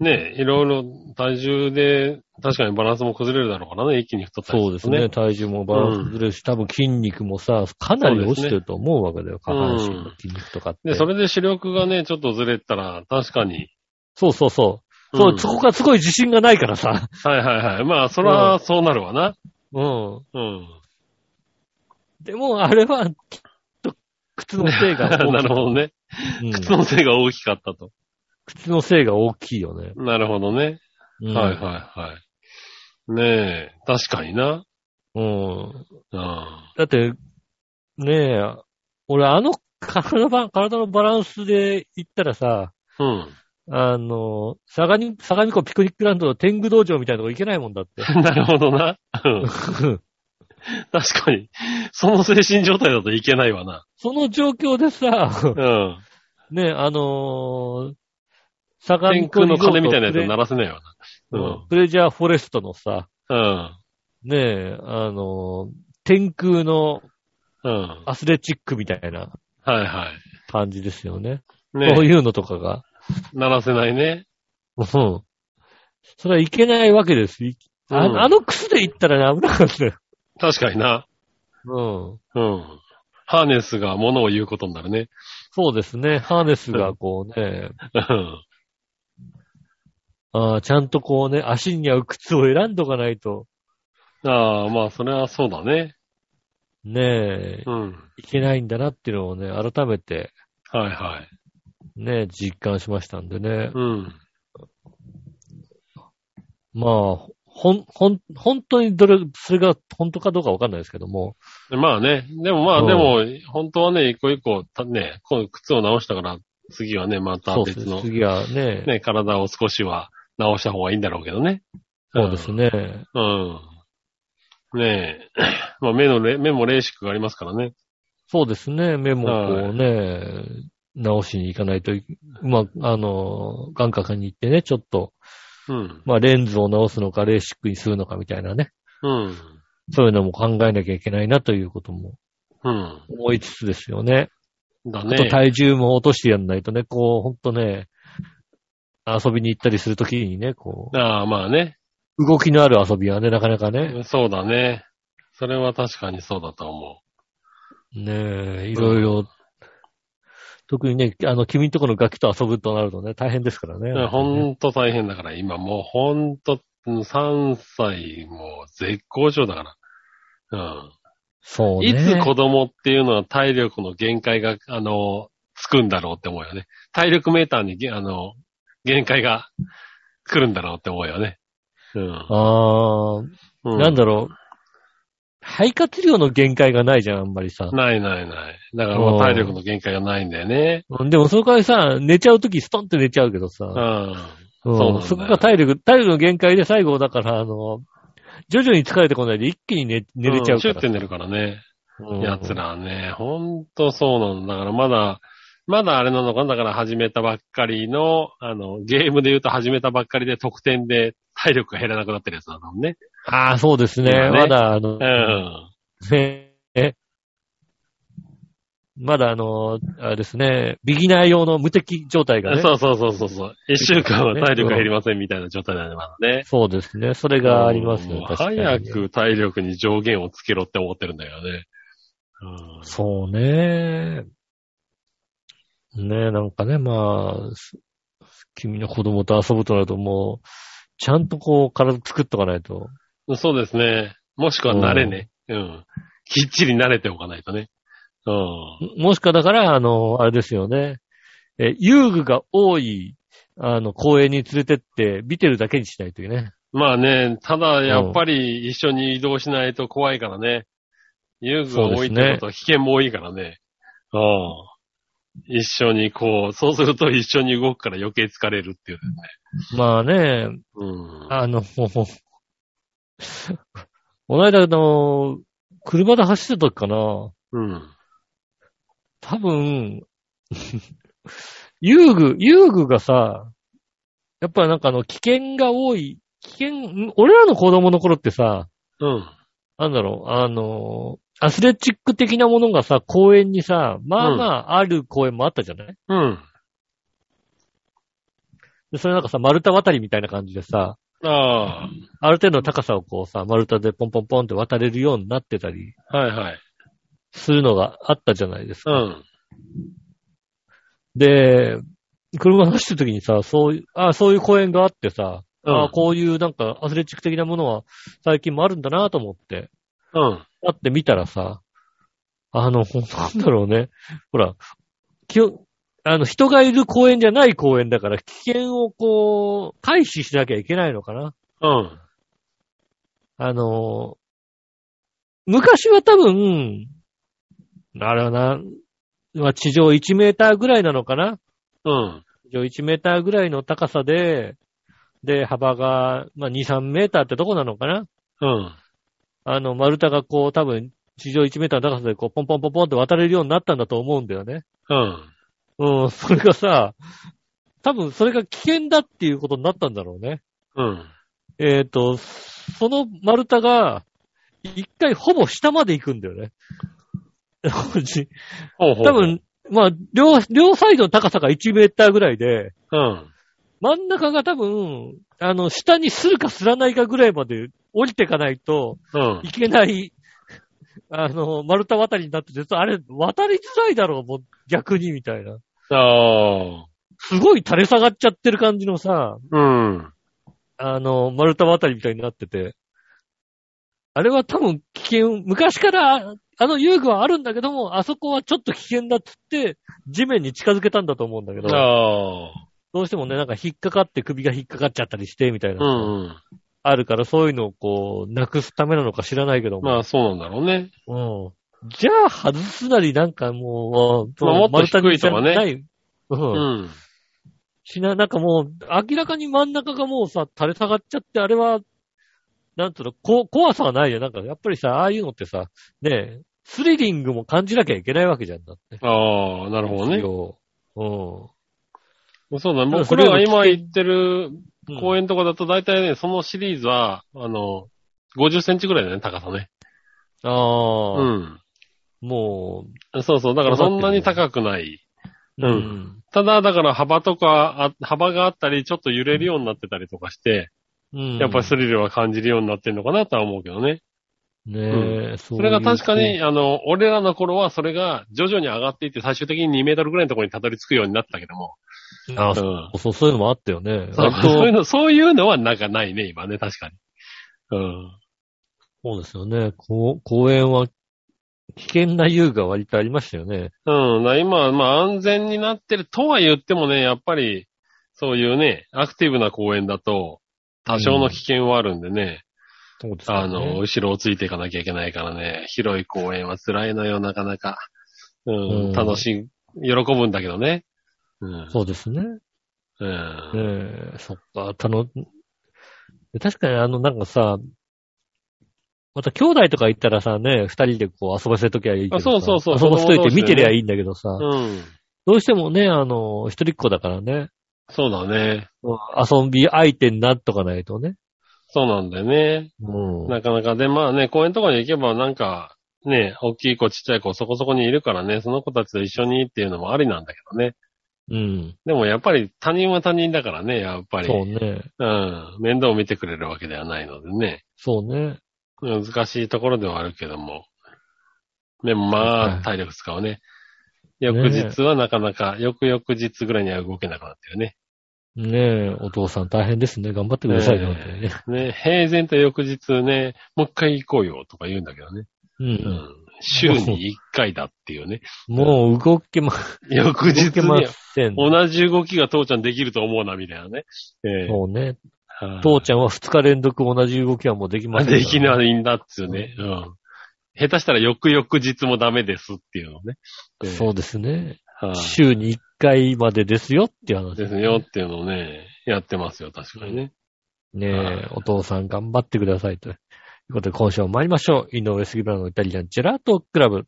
Speaker 3: ね、いろいろ体重で、確かにバランスも崩れるだろうからね、一気に太ったり
Speaker 2: そうですね。。体重もバランス崩れるし、多分筋肉もさ、かなり落ちてると思うわけだよ。下半身の筋肉とかって。
Speaker 3: で、それで視力がね、ちょっとずれたら、確かに。
Speaker 2: そうそうそう。そう、
Speaker 3: ん
Speaker 2: そこがすごい自信がないからさ。
Speaker 3: はいはいはい。まあ、それはそうなるわな。
Speaker 2: うん。
Speaker 3: うん。
Speaker 2: でも、あれは、きっと、靴のせいが大きい。
Speaker 3: なるほどね。
Speaker 2: うん
Speaker 3: 靴のせいが大きかったと。
Speaker 2: 靴のせいが大きいよね。
Speaker 3: なるほどね。
Speaker 2: うん
Speaker 3: はいはいはい。ねえ、確かにな。
Speaker 2: うん。
Speaker 3: うん。
Speaker 2: だって、ねえ、俺あの体のバ、体のバランスで言ったらさ、
Speaker 3: うん。
Speaker 2: あの、相模、相模湖ピクニックランドの天狗道場みたいなとこ行けないもんだって。
Speaker 3: なるほどな。 うん確かに。その精神状態だといけないわな。
Speaker 2: その状況でさ、
Speaker 3: うん。
Speaker 2: ね、あのー、相模
Speaker 3: 天
Speaker 2: 湖
Speaker 3: 空
Speaker 2: リ
Speaker 3: の
Speaker 2: ゾート
Speaker 3: 鐘みたいなやつ
Speaker 2: プレ
Speaker 3: にならせないわな。
Speaker 2: うんプレジャーフォレストのさ、
Speaker 3: うん。
Speaker 2: ねえ、あのー、天空の
Speaker 3: うん。うん。
Speaker 2: アスレチックみたいな
Speaker 3: はいは
Speaker 2: 感じですよね。そ
Speaker 3: い。
Speaker 2: う
Speaker 3: ね
Speaker 2: いうのとかが。
Speaker 3: ならせないね。
Speaker 2: うん。それはいけないわけです。いあ
Speaker 3: うん
Speaker 2: あの靴で行ったらね、危なかったよ。
Speaker 3: 確かにな。
Speaker 2: うん。
Speaker 3: うん。ハーネスが物を言うことになるね。
Speaker 2: そうですね。ハーネスがこうね、
Speaker 3: うん。
Speaker 2: あーちゃんとこうね、足に合う靴を選んどかないと、
Speaker 3: ああ、まあ、それはそうだね。
Speaker 2: ねえ、
Speaker 3: うん。
Speaker 2: いけないんだなっていうのをね、改めて、
Speaker 3: はいはい。
Speaker 2: ね、実感しましたんでね。
Speaker 3: うん。
Speaker 2: まあ、ほん、ほん、本当にどれ、それが本当かどうかわかんないですけども。
Speaker 3: でまあね、でもま
Speaker 2: う
Speaker 3: あ、
Speaker 2: ん
Speaker 3: でも、本当はね、一個一個、たね、この靴を直したから、次はね、また
Speaker 2: そうで
Speaker 3: 別
Speaker 2: すね。
Speaker 3: の、
Speaker 2: 次はね、
Speaker 3: ね、体を少しは直した方がいいんだろうけどね。
Speaker 2: そうですね。
Speaker 3: うん。うん。ねえ。 まあ、目のれ、目もレーシックがありますからね。
Speaker 2: そうですね。目もこうね、直しに行かないとい、まあ、あの、眼科科に行ってね、ちょっと、
Speaker 3: うん。
Speaker 2: まあ、レンズを直すのか、レーシックにするのかみたいなね。
Speaker 3: うん。
Speaker 2: そういうのも考えなきゃいけないなということも
Speaker 3: うん。
Speaker 2: 思いつつですよね。
Speaker 3: だ
Speaker 2: あと
Speaker 3: ね。
Speaker 2: 体重も落としてやんないとね、こう、ほんとね、遊びに行ったりするときにね、こ
Speaker 3: ああ、まあね。
Speaker 2: う、動きのある遊びはね、なかなかね、
Speaker 3: そうだね。それは確かにそうだと思
Speaker 2: ねえ、いろいろ、特にね、あの、君んとこのガキと遊ぶとなるとね、大変ですからね。
Speaker 3: う。ほんと大変だから、今もうほんと、うん3歳もう絶好調だから。。
Speaker 2: そううんね。
Speaker 3: いつ子供っていうのは体力の限界が、あの、つくんだろうって思うよね。体力メーターにげ、あの、限界が来るんだろうって思うよね。うん。
Speaker 2: あ
Speaker 3: う
Speaker 2: あ、なんだろう。肺活量の限界がないじゃん、あんまりさ。
Speaker 3: ないないない。だからもう体力の限界がないんだよね。
Speaker 2: でも、その代わりさ、寝ちゃうときストンって寝ちゃうけどさ。
Speaker 3: うん。
Speaker 2: うん
Speaker 3: そうなんだよ
Speaker 2: そこが体力、体力の限界で最後、だから、あの、徐々に疲れてこないで一気に寝寝れちゃうか
Speaker 3: シュ
Speaker 2: ら。
Speaker 3: ッて寝るからね。
Speaker 2: うん
Speaker 3: やつらはね、ほんとそうなんだ。だからまだ、まだあれなのかなだから始めたばっかりの、あの、ゲームで言うと始めたばっかりで得点で体力が減らなくなってるやつなのね。
Speaker 2: ああ、そうですね。
Speaker 3: 今ね
Speaker 2: まだ、あの、
Speaker 3: うん。
Speaker 2: ねえまだあの、あれですね、ビギナー用の無敵状態がね。
Speaker 3: そうそうそうそうそう。一週間は体力が減りませんみたいな状態なんだまだね。
Speaker 2: そうですね。それがありますね
Speaker 3: も。う
Speaker 2: 確かに
Speaker 3: 早。く体力に上限をつけろって思ってるんだよね。うん
Speaker 2: そうね。ねえ、なんかね、まあ、す君の子供と遊ぶとなるともう、ちゃんとこう、体作っとかないと。
Speaker 3: そうですね。もしくは慣れね。うん。きっちり慣れておかないとね。うん。
Speaker 2: もしかだから、あの、あれですよね。え、遊具が多い、あの、公園に連れてって、見てるだけにしないといけない。
Speaker 3: まあね、ただやっぱり一緒に移動しないと怖いからね。遊具が多いってことは危険も多いからね。うん。一緒にこう、そうすると一緒に動くから余計疲れるっていうね。
Speaker 2: まあね、
Speaker 3: うん。
Speaker 2: あの、 もうこの間あの、車で走ってた時かな。
Speaker 3: うん。
Speaker 2: 多分、 遊具、遊具がさ、やっぱなんかあの、危険が多い、危険、ん俺らの子供の頃ってさ、
Speaker 3: うん。
Speaker 2: なんだろう、あの、アスレチック的なものがさ、公園にさ、まあまあある公園もあったじゃない、
Speaker 3: うん。
Speaker 2: でそれなんかさ、丸太渡りみたいな感じでさ、
Speaker 3: あ
Speaker 2: ある程度の高さをこうさ、丸太でポンポンポンって渡れるようになってたり、
Speaker 3: あ。はいはい。
Speaker 2: するのがあったじゃないです
Speaker 3: う
Speaker 2: か。
Speaker 3: ん。
Speaker 2: で、車走ってる時にさ、そういう、あそういう公園があってさ、
Speaker 3: うん
Speaker 2: あこういうなんかアスレチック的なものは最近もあるんだなと思って、
Speaker 3: うん。
Speaker 2: あってみたらさ、あの、ほんなんだろうね。ほら、きをあの、人がいる公園じゃない公園だから、危険をこう、回避しなきゃいけないのかな。
Speaker 3: うん。
Speaker 2: あの、昔は多分、あれはな、まあ地上1メーターぐらいなのかな
Speaker 3: うん。
Speaker 2: 地上1メーターぐらいの高さで、で、幅が、まあ、2、3メーターってとこなのかな
Speaker 3: うん。
Speaker 2: あの、丸太がこう、多分、地上1メーターの高さで、こう、ポンポンポンポンって渡れるようになったんだと思うんだよね。
Speaker 3: うん。
Speaker 2: うん、それがさ、多分、それが危険だっていうことになったんだろうね。
Speaker 3: うん。
Speaker 2: えっ、と、その丸太が、一回ほぼ下まで行くんだよね。
Speaker 3: ほうほう。
Speaker 2: 多分、まあ、両、両サイドの高さが1メーターぐらいで、
Speaker 3: うん。
Speaker 2: 真ん中が多分、あの、下にするかすらないかぐらいまで降りていかないと
Speaker 3: うん。
Speaker 2: いけない、 あの、丸太渡りになってて、あれ、渡りづらいだろう、もう逆に、みたいな。
Speaker 3: ああ。
Speaker 2: すごい垂れ下がっちゃってる感じのさ、
Speaker 3: うん。
Speaker 2: あの、丸太あたりみたいになってて、あれは多分危険、昔からあの遊具はあるんだけども、あそこはちょっと危険だっつって、地面に近づけたんだと思うんだけど、
Speaker 3: ああ。
Speaker 2: どうしてもね、なんか引っかかって首が引っかかっちゃったりして、みたいな、
Speaker 3: うんうん。
Speaker 2: あるから、そういうのをこう、なくすためなのか知らないけども、
Speaker 3: まあそうなんだろうね。
Speaker 2: うん。じゃあ、外すなりなんかもう、
Speaker 3: まあ
Speaker 2: も
Speaker 3: もっと低いとかね
Speaker 2: ない。う。
Speaker 3: うんん。
Speaker 2: しな、なんかもう、明らかに真ん中がもうさ、垂れ下がっちゃって、あれは、なんつうの、こ、怖さはないよ。なんか、やっぱりさ、ああいうのってさ、ねえ、スリリングも感じなきゃいけないわけじゃんだって。
Speaker 3: ああ、なるほどね。
Speaker 2: 要うん。
Speaker 3: そう
Speaker 2: だか
Speaker 3: だね。
Speaker 2: ら
Speaker 3: 僕
Speaker 2: それ
Speaker 3: ら
Speaker 2: よ
Speaker 3: が
Speaker 2: り
Speaker 3: 今行ってる
Speaker 2: うん
Speaker 3: 公園とかだと大体ね、そのシリーズは、あの、50センチぐらいだね、高さね。
Speaker 2: あ
Speaker 3: う
Speaker 2: あ、
Speaker 3: ん。
Speaker 2: も
Speaker 3: そうそう。だからそんなに高くない。
Speaker 2: う、
Speaker 3: うん
Speaker 2: うん。
Speaker 3: ただ、だから幅とか、あ幅があったり、ちょっと揺れるようになってたりとかして、
Speaker 2: うん。
Speaker 3: やっぱりスリルは感じるようになってるのかなとは思うけどね。
Speaker 2: ねえ、そ
Speaker 3: それが確かに、、あの、俺らの頃はそれが徐々に上がっていって、最終的に2メートルぐらいのところにたどり着くようになったけども。
Speaker 2: ああ、
Speaker 3: う
Speaker 2: そ
Speaker 3: ん。
Speaker 2: う、そういうのもあったよね。
Speaker 3: そう
Speaker 2: 割と
Speaker 3: そういうの、そういうのはなんかないね、今ね、確かに。うん。
Speaker 2: そうですよね。こう公園は危険な遊具が割とありましたよね。
Speaker 3: うん。だから今、まあ安全になってるとは言ってもね、やっぱり、そういうね、アクティブな公園だと、多少の危険はあるんでね、
Speaker 2: そうです
Speaker 3: あの、後ろをついていかなきゃいけないからね、広い公園は辛いのよ、なかなか。うん、
Speaker 2: うん
Speaker 3: 楽しい、喜ぶんだけどね。うん。
Speaker 2: そうですね。
Speaker 3: うん
Speaker 2: ええそっか、たの、確かにあの、なんかさ、また兄弟とか行ったらさ、ね、二人でこう遊ばせときゃいいけどさ
Speaker 3: あそうそうそう
Speaker 2: 遊ばせとい
Speaker 3: 子供同
Speaker 2: て
Speaker 3: 士でね
Speaker 2: 見てりゃいいんだけどさ、
Speaker 3: うん。
Speaker 2: どうしてもね、あの、一人っ子だからね、
Speaker 3: そうだね。
Speaker 2: 遊び相手になっとかないとね。
Speaker 3: そうなんだよね。
Speaker 2: うん。
Speaker 3: なかなか。で、まあね、公園とかに行けばなんか、ね、大きい子、ちっちゃい子、そこそこにいるからね、その子たちと一緒にっていうのもありなんだけどね。
Speaker 2: うん。
Speaker 3: でもやっぱり他人は他人だからね、やっぱり。
Speaker 2: そうね。
Speaker 3: うん。面倒を見てくれるわけではないのでね。
Speaker 2: そうね。
Speaker 3: 難しいところではあるけども。でも
Speaker 2: は
Speaker 3: まあ、
Speaker 2: い
Speaker 3: 体力使うね。
Speaker 2: ね
Speaker 3: 翌日はなかなか、翌々日ぐらいには動けなくなってるね。
Speaker 2: ねえ、お父さん大変ですね。頑張ってくださいね。本当にね
Speaker 3: ね、平然と翌日ね、もう一回行こうよとか言うんだけどね。
Speaker 2: う。
Speaker 3: うんん。週に一回だっていうね。
Speaker 2: もう動けま、
Speaker 3: 翌日
Speaker 2: 動けま
Speaker 3: に
Speaker 2: せん。
Speaker 3: 同じ動きが父ちゃんできると思うな、みたいなね。ええ
Speaker 2: そうね。
Speaker 3: はい
Speaker 2: 父ちゃんは2日連続同じ動きはもうできま
Speaker 3: まあ、
Speaker 2: せんから。
Speaker 3: できないんだっつうね。うん。下手したら翌々日もダメですっていうのね。
Speaker 2: そうですね。
Speaker 3: う。はい、
Speaker 2: 週に1回までですよっていう話
Speaker 3: ですよっていうのをね、やってますよ、確かにね。
Speaker 2: ね
Speaker 3: は
Speaker 2: え、お父さん頑張ってくださいと。ということで、今週も参りましょう。井上杉村のイタリアンジェラートクラブ。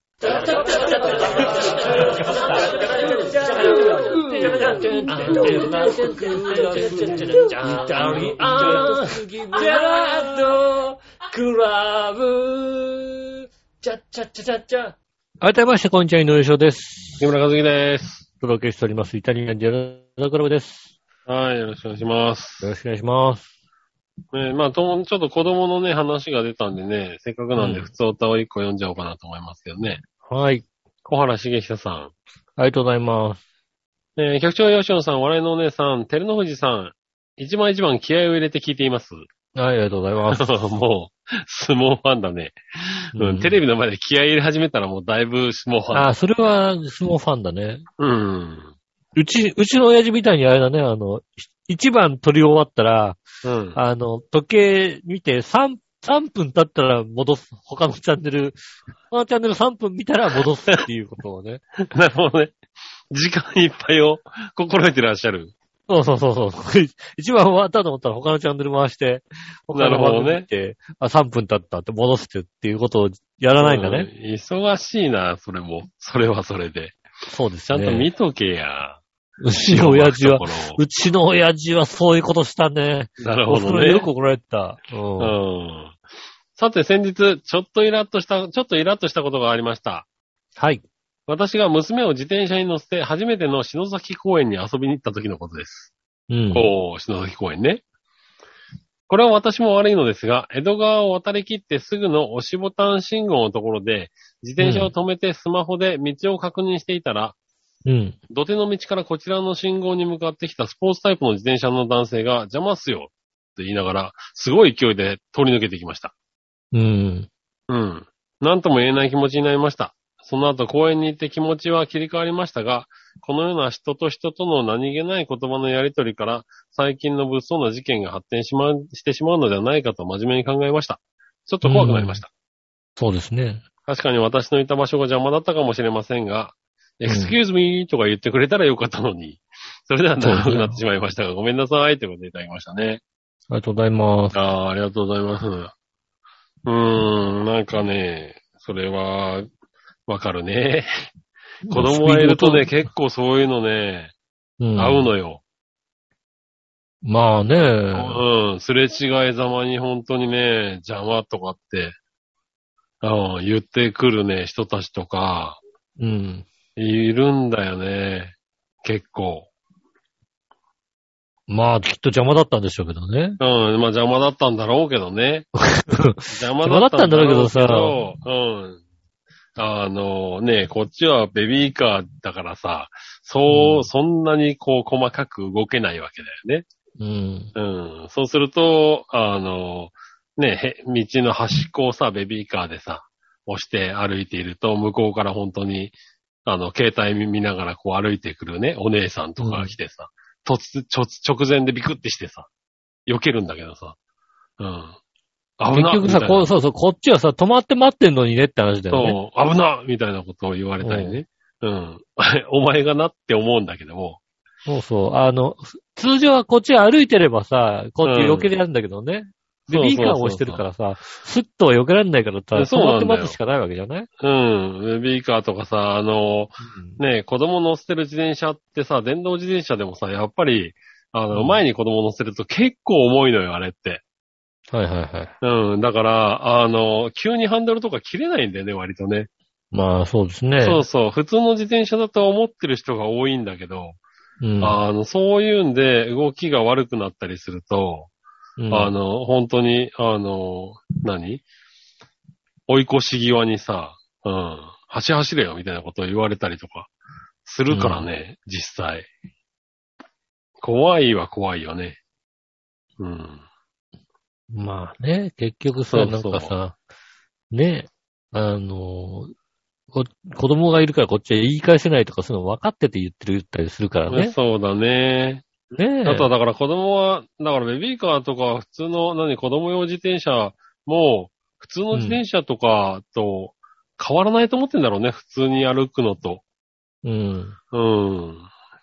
Speaker 2: 改めまして、こんにちは、井上翔です。
Speaker 3: 木村和樹です。
Speaker 2: お届けしております、イタリアンジェラートクラブです。
Speaker 3: はい、よろしくお願いします。
Speaker 2: よろしくお願いします。
Speaker 3: ね、まあとも、ちょっと子供のね、話が出たんでね、せっかくなんで、
Speaker 2: うん
Speaker 3: 普通歌を一個読んじゃおうかなと思いますけどね。
Speaker 2: はい。
Speaker 3: 小原茂久さん。
Speaker 2: ありがとうございます。
Speaker 3: えー局長吉野さん、笑いのお姉さん、照ノ富士さん、一番一番気合を入れて聞いています。
Speaker 2: はい、ありがとうございます。
Speaker 3: もう、相撲ファンだね。うんテレビの前で気合い入れ始めたらもうだいぶ相撲ファン。
Speaker 2: ああ、それは相撲ファンだね。
Speaker 3: うん。
Speaker 2: うち、うちの親父みたいにあれだね、あの、一番取り終わったら、
Speaker 3: うん。
Speaker 2: あの、時計見て3、3分経ったら戻す。他のチャンネル、他のチャンネル3分見たら戻すっていうことをね。
Speaker 3: なるほどね。時間いっぱいを心得てらっしゃる。
Speaker 2: そうそうそう そう。一番終わったと思ったら他のチャンネル回して、他の番組見て、あ、3分経ったって戻してっていうことをやらないんだね。
Speaker 3: うん忙しいな、それも。それはそれで。
Speaker 2: そうです
Speaker 3: ちゃん
Speaker 2: ね。
Speaker 3: と見とけや。
Speaker 2: うちの親父は
Speaker 3: とこ、ろ
Speaker 2: うちの親父はそういうことしたね。
Speaker 3: なるほど
Speaker 2: そ
Speaker 3: ね。
Speaker 2: れよく怒られてた。うん
Speaker 3: うん。さて先日、ちょっとイラッとした、ちょっとイラッとしたことがありました。
Speaker 2: はい。
Speaker 3: 私が娘を自転車に乗せて初めての篠崎公園に遊びに行った時のことです。
Speaker 2: うん。
Speaker 3: おー、篠崎公園ね。これは私も悪いのですが、江戸川を渡り切ってすぐの押しボタン信号のところで、自転車を止めてスマホで道を確認していたら、
Speaker 2: うん。
Speaker 3: 土手の道からこちらの信号に向かってきたスポーツタイプの自転車の男性が邪魔っすよって言いながら、すごい勢いで通り抜けていきました。
Speaker 2: うん。
Speaker 3: うん。なんとも言えない気持ちになりました。その後公園に行って気持ちは切り替わりましたが、このような人と人との何気ない言葉のやりとりから、最近の物騒な事件が発展し,、ま、してしまうのではないかと真面目に考えました。ちょっと怖くなりました。
Speaker 2: そうですね。
Speaker 3: 確かに私のいた場所が邪魔だったかもしれませんが、excuse me とか言ってくれたらよかったのに、それでは長くなってしまいましたが、ごめんなさいということでいただきましたね。
Speaker 2: ありがとうございます。
Speaker 3: ああー、ありがとうございます。うーん、なんかね、それは、わかるね。子供がいるとね、結構そういうのね、
Speaker 2: うん、
Speaker 3: 合うのよ。
Speaker 2: まあね、
Speaker 3: うん、すれ違いざまに本当にね、邪魔とかって、うん、言ってくるね、人たちとか、
Speaker 2: うん。
Speaker 3: いるんだよね。結構。
Speaker 2: まあ、きっと邪魔だったんでしょうけどね。
Speaker 3: うん、まあ邪魔だったんだろうけ どね。邪魔
Speaker 2: 邪魔だったんだろ
Speaker 3: うん。あのね、こっちはベビーカーだからさ、そう、
Speaker 2: うん
Speaker 3: そんなにこう細かく動けないわけだよね。
Speaker 2: うん。
Speaker 3: うん。そうすると、あのね、へ道の端っこをさ、ベビーカーでさ、押して歩いていると、向こうから本当に、あの、携帯見ながらこう歩いてくるね、お姉さんとかが来てさ、突、ちょ直前でビクってしてさ、避けるんだけどさ、うん。危な
Speaker 2: 結局さ、
Speaker 3: みたいな
Speaker 2: こう、そうそう、こっちはさ、止まって待ってんのにねって話だよね。
Speaker 3: そう、危なみたいなことを言われたりね。うん。 お前がなって思うんだけども、
Speaker 2: そうそう。あの、ふ通常はこっち歩いてればさ、こっち避けれるんだけどね。ベビーカーを押してるからさ、スッとは避けられないからさ、
Speaker 3: そう
Speaker 2: 止ま
Speaker 3: なんだよ
Speaker 2: って待つしかないわけじゃない
Speaker 3: うん。ベビーカーとかさ、あのねえ、子供乗せてる自転車ってさ、電動自転車でもさ、やっぱり、あの、
Speaker 2: うん
Speaker 3: 前に子供乗せると結構重いのよ、あれって。
Speaker 2: はいはいはい。
Speaker 3: うん、だから、あの、急にハンドルとか切れないんだよね、割とね。
Speaker 2: まあそうですね。
Speaker 3: そうそう、普通の自転車だと思ってる人が多いんだけど、
Speaker 2: うん。
Speaker 3: あの、そういうんで動きが悪くなったりすると、
Speaker 2: うん
Speaker 3: あの、本当に、あの、何追い越し際にさ、うん、走走れよ、みたいなことを言われたりとか、するからね、実際。怖いは怖いよね。うん。
Speaker 2: まあね、結局さ、
Speaker 3: そう
Speaker 2: なん
Speaker 3: そう
Speaker 2: かさ、ね、あの、こ子供がいるからこっちは言い返せないとかそういうの分かってて言ってる言ったりするからね。
Speaker 3: そうだね。
Speaker 2: ね
Speaker 3: あとはだから子供は、だからベビーカーとか普通の、何、子供用自転車も、普通の自転車とかと変わらないと思ってんだろうね、普通に歩くのと。
Speaker 2: うん。
Speaker 3: うん。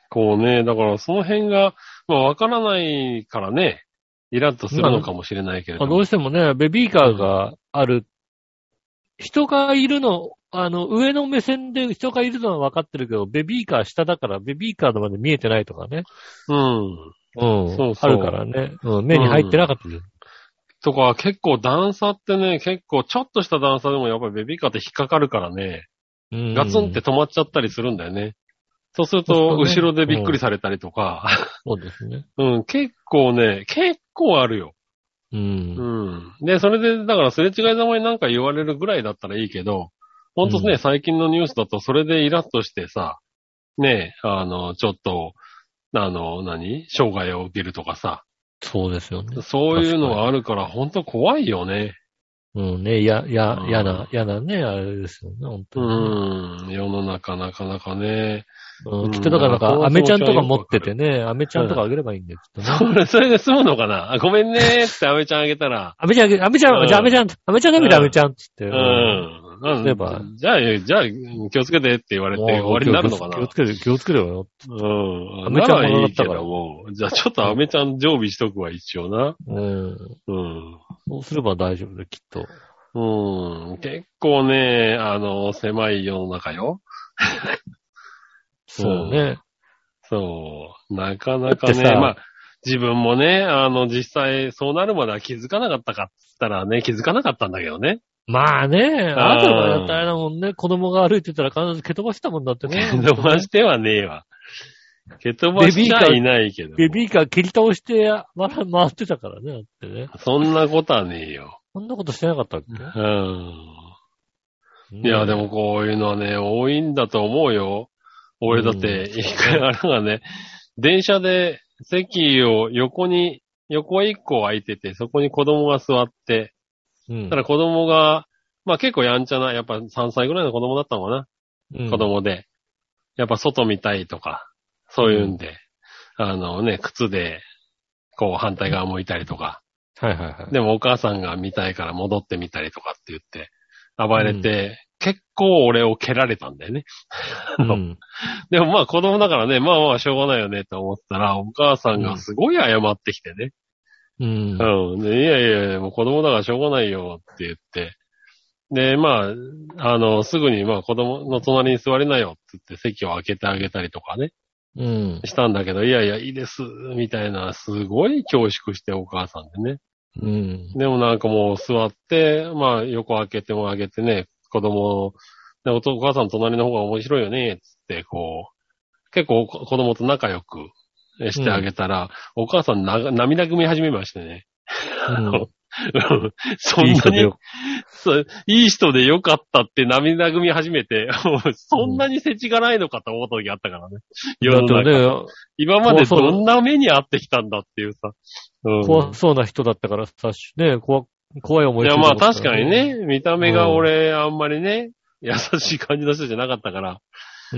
Speaker 3: こうね、だからその辺が、まあわからないからね、イラッとするのかもしれないけれ
Speaker 2: ま
Speaker 3: ど
Speaker 2: あ、ど
Speaker 3: も。
Speaker 2: うしてもね、ベビーカーがある、人がいるの、あの、上の目線で人がいるのは分かってるけど、ベビーカー下だから、ベビーカーのまで見えてないとかね。
Speaker 3: うん。
Speaker 2: うん。
Speaker 3: そうそう
Speaker 2: あるからね。うん。目に入ってなかったです。
Speaker 3: とか、結構段差ってね、結構ちょっとした段差でもやっぱりベビーカーって引っかかるからね、
Speaker 2: うん
Speaker 3: ガツンって。止まっちゃったりするんだよね。そうする
Speaker 2: そ
Speaker 3: と、
Speaker 2: うす
Speaker 3: 後
Speaker 2: るとね
Speaker 3: ろでびっくりされたりとか、
Speaker 2: そうですね。
Speaker 3: うん、結構ね、結構あるよ。
Speaker 2: うん。
Speaker 3: うん。で、それで、だからすれ違いざまになんか言われるぐらいだったらいいけど、ほんとね、
Speaker 2: うん
Speaker 3: 最近のニュースだとそれでイラッとしてさ、ねえ、あの、ちょっと、あの、何障害を受けるとかさ、
Speaker 2: そうですよね。
Speaker 3: そういうのがあるからほんと怖いよね。
Speaker 2: うんね、や、や
Speaker 3: う、ん
Speaker 2: やな、やなね、あれですよね、本
Speaker 3: う
Speaker 2: 当に。
Speaker 3: ん。世の中なかなかね。
Speaker 2: うんん。きっとだからなん
Speaker 3: うん
Speaker 2: か、アメちゃんとか持っててね、アメちゃんとかあげればいいんだよ、きっとね。
Speaker 3: それ、それで済むのかなあごめんねーってアメちゃんあげた ら。
Speaker 2: アメちゃんあげ、アメちゃ
Speaker 3: うん
Speaker 2: ん、じゃあアメちゃん、アメちゃんだめだ、
Speaker 3: う
Speaker 2: ア
Speaker 3: ん
Speaker 2: メちゃんっつって。
Speaker 3: う。
Speaker 2: うんん
Speaker 3: なん
Speaker 2: 例えば
Speaker 3: じゃあ、じゃあ、気をつけてって言われて終わりになるのかな
Speaker 2: 気をつけて、気をつけろよ。
Speaker 3: うん。
Speaker 2: アメちゃん
Speaker 3: なら
Speaker 2: もら
Speaker 3: いい
Speaker 2: った
Speaker 3: け
Speaker 2: から
Speaker 3: ども。じゃあちょっとアメちゃん常備しとくわ、一応な。
Speaker 2: うん。
Speaker 3: うん。
Speaker 2: そうすれば大丈夫だよ、きっと。
Speaker 3: うん。結構ね、あの、狭い世の中よ。
Speaker 2: そうね。
Speaker 3: そう。なかなか
Speaker 2: だ
Speaker 3: ね、
Speaker 2: ってさ
Speaker 3: まあ、自分もね、あの、実際そうなるまでは気づかなかったかっつったらね、気づかなかったんだけどね。
Speaker 2: まあね、あなたがやったらあれだもんね、子供が歩いてたら必ず蹴飛ばしたもんだって
Speaker 3: 蹴
Speaker 2: ね。
Speaker 3: 飛ばしてはねえわ。蹴飛ばしてはいないけど。
Speaker 2: ベビーカー蹴り倒して、ま回ってたからね、だってね。
Speaker 3: そんなことはねえよ。
Speaker 2: そんなことしてなかったっ
Speaker 3: うん。
Speaker 2: け
Speaker 3: いや、でもこういうのはね、多いんだと思うよ。俺だって、一回あれがね、電車で席を横に横は一個空いてて、そこに子供が座って、
Speaker 2: うん
Speaker 3: ただ子供が、まあ結構やんちゃな、やっぱ3歳ぐらいの子供だったのかな。
Speaker 2: うん
Speaker 3: 子供で、やっぱ外見たいとか、そういうんで、あのね、靴で、こう反対側向いたりとか、
Speaker 2: はいはいはい。
Speaker 3: でもお母さんが見たいから戻ってみたりとかって言って、暴れて、結構俺を蹴られたんだよね。
Speaker 2: うん
Speaker 3: でもまあ子供だからね、まあまあしょうがないよねって思ったら、お母さんがすごい謝ってきてね。
Speaker 2: うん。
Speaker 3: うん。でいやいや、もう子供だからしょうがないよって言って。で、まあ、あの、すぐにまあ子供の隣に座りなよって言って席を開けてあげたりとかね。
Speaker 2: うん。
Speaker 3: したんだけど、いやいや、いいです、みたいな、すごい恐縮してお母さんでね。
Speaker 2: うん。
Speaker 3: でもなんかもう座って、まあ横開けても開けてね、子供でお父お母さんの隣の方が面白いよね、つってこう、結構子子供と仲良くしてあげたら、お母さんな涙ぐみ始めましてね。 うんそん
Speaker 2: いい
Speaker 3: な
Speaker 2: 人
Speaker 3: に
Speaker 2: でよ。
Speaker 3: そういい人でよかったって涙ぐみ始めて、もうそんなに世知がないのかと思った時あったからね。世
Speaker 2: だ
Speaker 3: の
Speaker 2: って
Speaker 3: 中
Speaker 2: 俺、
Speaker 3: 今まで
Speaker 2: そうそう
Speaker 3: どんな目に遭ってきたんだっていうさ。うん
Speaker 2: 怖そうな人だったからさ、ね、怖、怖い思い
Speaker 3: いや、
Speaker 2: する
Speaker 3: まあ
Speaker 2: と思っ
Speaker 3: 確
Speaker 2: た
Speaker 3: からに。ね、見た目が俺、あんまりね、優しい感じの人じゃなかったから、
Speaker 2: う。
Speaker 3: う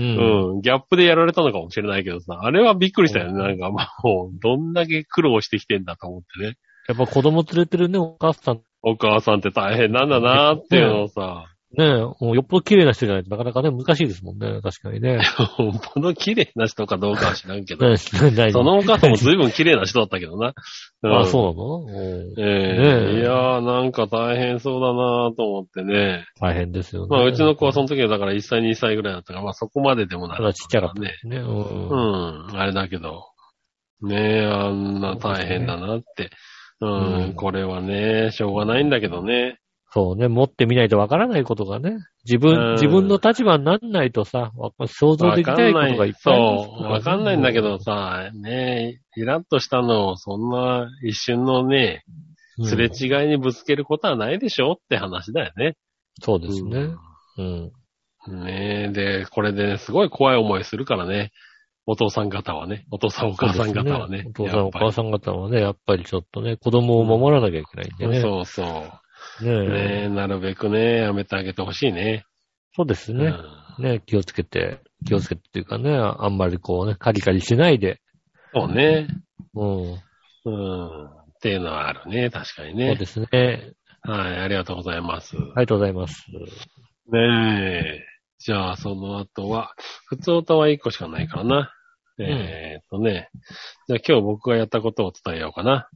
Speaker 3: んん、ギャップでやられたのかもしれないけどさ、あれはびっくりしたよね。なんか、まあ、もう、どんだけ苦労してきてんだと思ってね。
Speaker 2: やっぱ子供連れてるね、お母さん。
Speaker 3: お母さんって大変なんだなーっていうのをさ、
Speaker 2: ね、もうよっぽど綺麗な人じゃないとなかなかね、難しいですもんね。確かにね。
Speaker 3: ほんとの綺麗な人かどうかは知らんけど、
Speaker 2: ね大
Speaker 3: そ
Speaker 2: 事。
Speaker 3: のお母さんも随分綺麗な人だったけどな。
Speaker 2: あ、
Speaker 3: う
Speaker 2: そ
Speaker 3: ん。
Speaker 2: うなのうん
Speaker 3: え
Speaker 2: ね
Speaker 3: え
Speaker 2: え
Speaker 3: いやー、なんか大変そうだなーと思ってね。
Speaker 2: 大変ですよね。
Speaker 3: まあ、うちの子はその時はだから1歳、2歳ぐらいだったから、まあそこまででもな
Speaker 2: まだちっちゃかっ
Speaker 3: ね。
Speaker 2: たね。う。
Speaker 3: うんん、あれだけど。ねえ、あんな大変だなって。うん、
Speaker 2: うん
Speaker 3: これはね、しょうがないんだけどね。
Speaker 2: そうね、持ってみないとわからないことがね。自
Speaker 3: うん
Speaker 2: 分、自分の立場になんないとさ、わ想像
Speaker 3: わ
Speaker 2: でき
Speaker 3: か
Speaker 2: ない
Speaker 3: ん
Speaker 2: こ
Speaker 3: な
Speaker 2: とがい
Speaker 3: い
Speaker 2: っ。
Speaker 3: そ
Speaker 2: ぱいあります
Speaker 3: う、
Speaker 2: らね
Speaker 3: わかんないんだけどさ、ねえ、イラッとしたのを、そんな一瞬のね、
Speaker 2: うん
Speaker 3: すれ違いにぶつけることはないでしょって話だよね。
Speaker 2: そうですね。うん。
Speaker 3: ねえ、で、これで、ね、すごい怖い思いするからね。お父さん方はね。お父さんお母さん方はね。
Speaker 2: お父さん、お母
Speaker 3: ん
Speaker 2: さん方はね、やっぱりちょっとね、子供を守らなきゃいけないんでね。
Speaker 3: そうそう。
Speaker 2: ね
Speaker 3: ねえ、なるべくね、やめてあげてほしいね。
Speaker 2: そうです
Speaker 3: う
Speaker 2: ね。
Speaker 3: ん
Speaker 2: ね、気をつけて、気をつけてっていうかね、あんまりこうね、カリカリしないで。
Speaker 3: そうね。
Speaker 2: うん。
Speaker 3: うん。っていうのはあるね。確かに
Speaker 2: そう
Speaker 3: ね。
Speaker 2: ですね。
Speaker 3: はい、ありがとうございます。
Speaker 2: ありがとうございます。
Speaker 3: ねえ。じゃあ、その後は、普通歌は1個しかないからな。えーっとね。じゃあ今日僕がやったことを伝えようかな。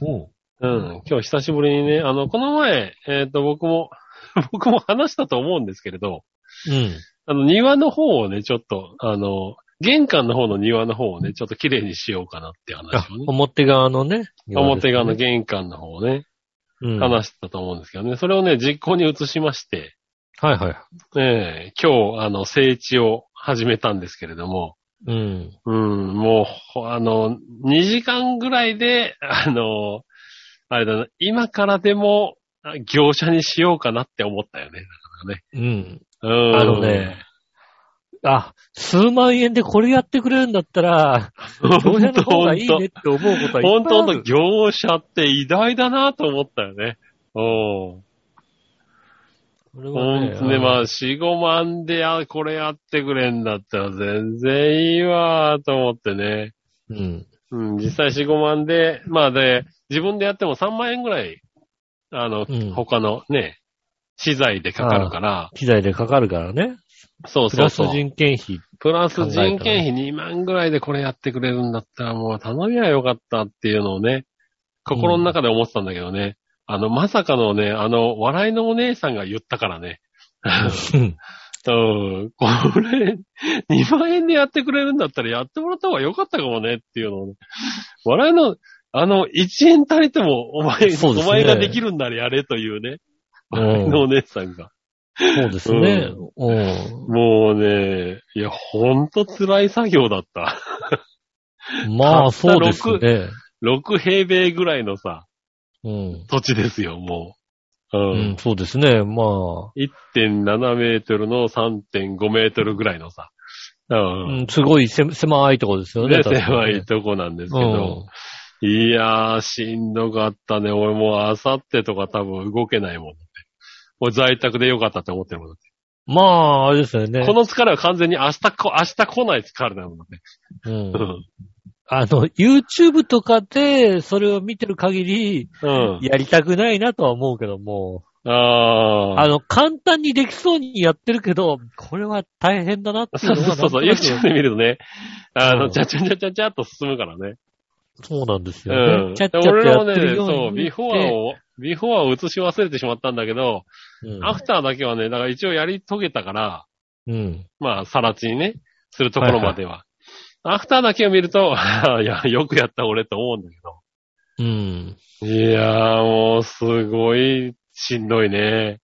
Speaker 2: お
Speaker 3: うん、今日久しぶりにね、あの、この前、えっ、と、僕も、 僕も話したと思うんですけれど、
Speaker 2: うん。
Speaker 3: あの、庭の方をね、ちょっと、あの、玄関の方の庭の方をね、ちょっと綺麗にしようかなって
Speaker 2: あ
Speaker 3: 話をね、、
Speaker 2: 表側のね。
Speaker 3: 表側の玄関の方をね、
Speaker 2: うん。はい
Speaker 3: 話したと思うんですけどね、それをね、実行に移しまして、
Speaker 2: はい。
Speaker 3: ええ今日、あの、整地を始めたんですけれども、
Speaker 2: うん。
Speaker 3: うん、もうほ、あの、2時間ぐらいで、あの、あれだな、今からでも、あ業者にしようかなって思ったよね。
Speaker 2: うん。
Speaker 3: うん。
Speaker 2: あのね、あ、数万円でこれやってくれるんだった ら、
Speaker 3: 本当、
Speaker 2: 業者の方が
Speaker 3: 本
Speaker 2: いい
Speaker 3: 当
Speaker 2: ねって思うことはいっぱいある。
Speaker 3: 本当の業者って偉大だなと思ったよね。うん。
Speaker 2: これは
Speaker 3: 本
Speaker 2: ね
Speaker 3: 当ね、まあ、
Speaker 2: あ
Speaker 3: 4、5万で、あ、これやってくれんだったら全然いいわと思ってね。
Speaker 2: のうん。
Speaker 3: うん、実際4、5万で、まあで、自分でやっても3万円ぐらい、あの、
Speaker 2: うん
Speaker 3: 他のね、資材でかかるから、
Speaker 2: 機材でかかるからね。
Speaker 3: そう
Speaker 2: プ
Speaker 3: そ
Speaker 2: ラ
Speaker 3: う
Speaker 2: ス
Speaker 3: そう。
Speaker 2: 人件 費。
Speaker 3: プラス
Speaker 2: 考えたら
Speaker 3: 人件費2万ぐらいでこれやってくれるんだったらもう頼みはよかったっていうのをね、心の中で思ってたんだけどね、あの、まさかのね、あの、笑いのお姉さんが言ったからね、
Speaker 2: うん。
Speaker 3: うん、これ、2万円でやってくれるんだったらやってもらった方が良かったかもねっていうのをね、笑いの、あの、1円足りてもお前、
Speaker 2: そうですね
Speaker 3: お前ができるんならやれというね、
Speaker 2: うん
Speaker 3: 笑いのお姉さんが。
Speaker 2: そうですね。う
Speaker 3: もうね、いや、ほんと辛い作業だった。
Speaker 2: ん。まあ、そうですね。
Speaker 3: 6平米ぐらいのさ、
Speaker 2: うん。
Speaker 3: 土地ですよ、もう。う。
Speaker 2: うんん、そうですね。ま
Speaker 3: 1.7メートルの3.5メートルぐらいのさ。う
Speaker 2: あ、
Speaker 3: ん。
Speaker 2: うん、すごいせ狭いとこですよね。
Speaker 3: で、
Speaker 2: 確かに
Speaker 3: 狭
Speaker 2: ね
Speaker 3: いとこなんですけ
Speaker 2: うん
Speaker 3: ど、いやー、しんどかったね。俺もう、あさってとか多分動けないもん、ね。もう在宅でよかったって思ってるもん、ね。
Speaker 2: まあ、あれですよね。
Speaker 3: この疲れは完全に明日こ、明日来ない疲れだもんね。
Speaker 2: う。
Speaker 3: うんん。
Speaker 2: あの、YouTube とかで、それを見てる限り、
Speaker 3: うん。
Speaker 2: やりたくないなとは思うけども、
Speaker 3: あ
Speaker 2: あ
Speaker 3: ー。
Speaker 2: の、簡単にできそうにやってるけど、これは大変だなってい
Speaker 3: そうう
Speaker 2: の
Speaker 3: そ
Speaker 2: は
Speaker 3: うそうそう。
Speaker 2: なんとな
Speaker 3: YouTube
Speaker 2: く
Speaker 3: で見るとね、あ
Speaker 2: う
Speaker 3: の、
Speaker 2: ん
Speaker 3: ちゃちゃちゃちゃちゃっと進むからね。
Speaker 2: そうなんですよね。
Speaker 3: うん。
Speaker 2: ちゃっちゃっと
Speaker 3: 俺
Speaker 2: や
Speaker 3: らも
Speaker 2: って
Speaker 3: ね、
Speaker 2: るよ
Speaker 3: そうう、
Speaker 2: に見
Speaker 3: ビ
Speaker 2: て
Speaker 3: フォアを、ビフォアを映し忘れてしまったんだけど、アフターだけはね、だから一応やり遂げたから、
Speaker 2: うん。うん。
Speaker 3: まあ、さらちにね、するところまでは。アフターだけを見ると、 いや、よくやった俺と思うんだけど。
Speaker 2: うん。
Speaker 3: いやー、もう、すごい、しんどいね。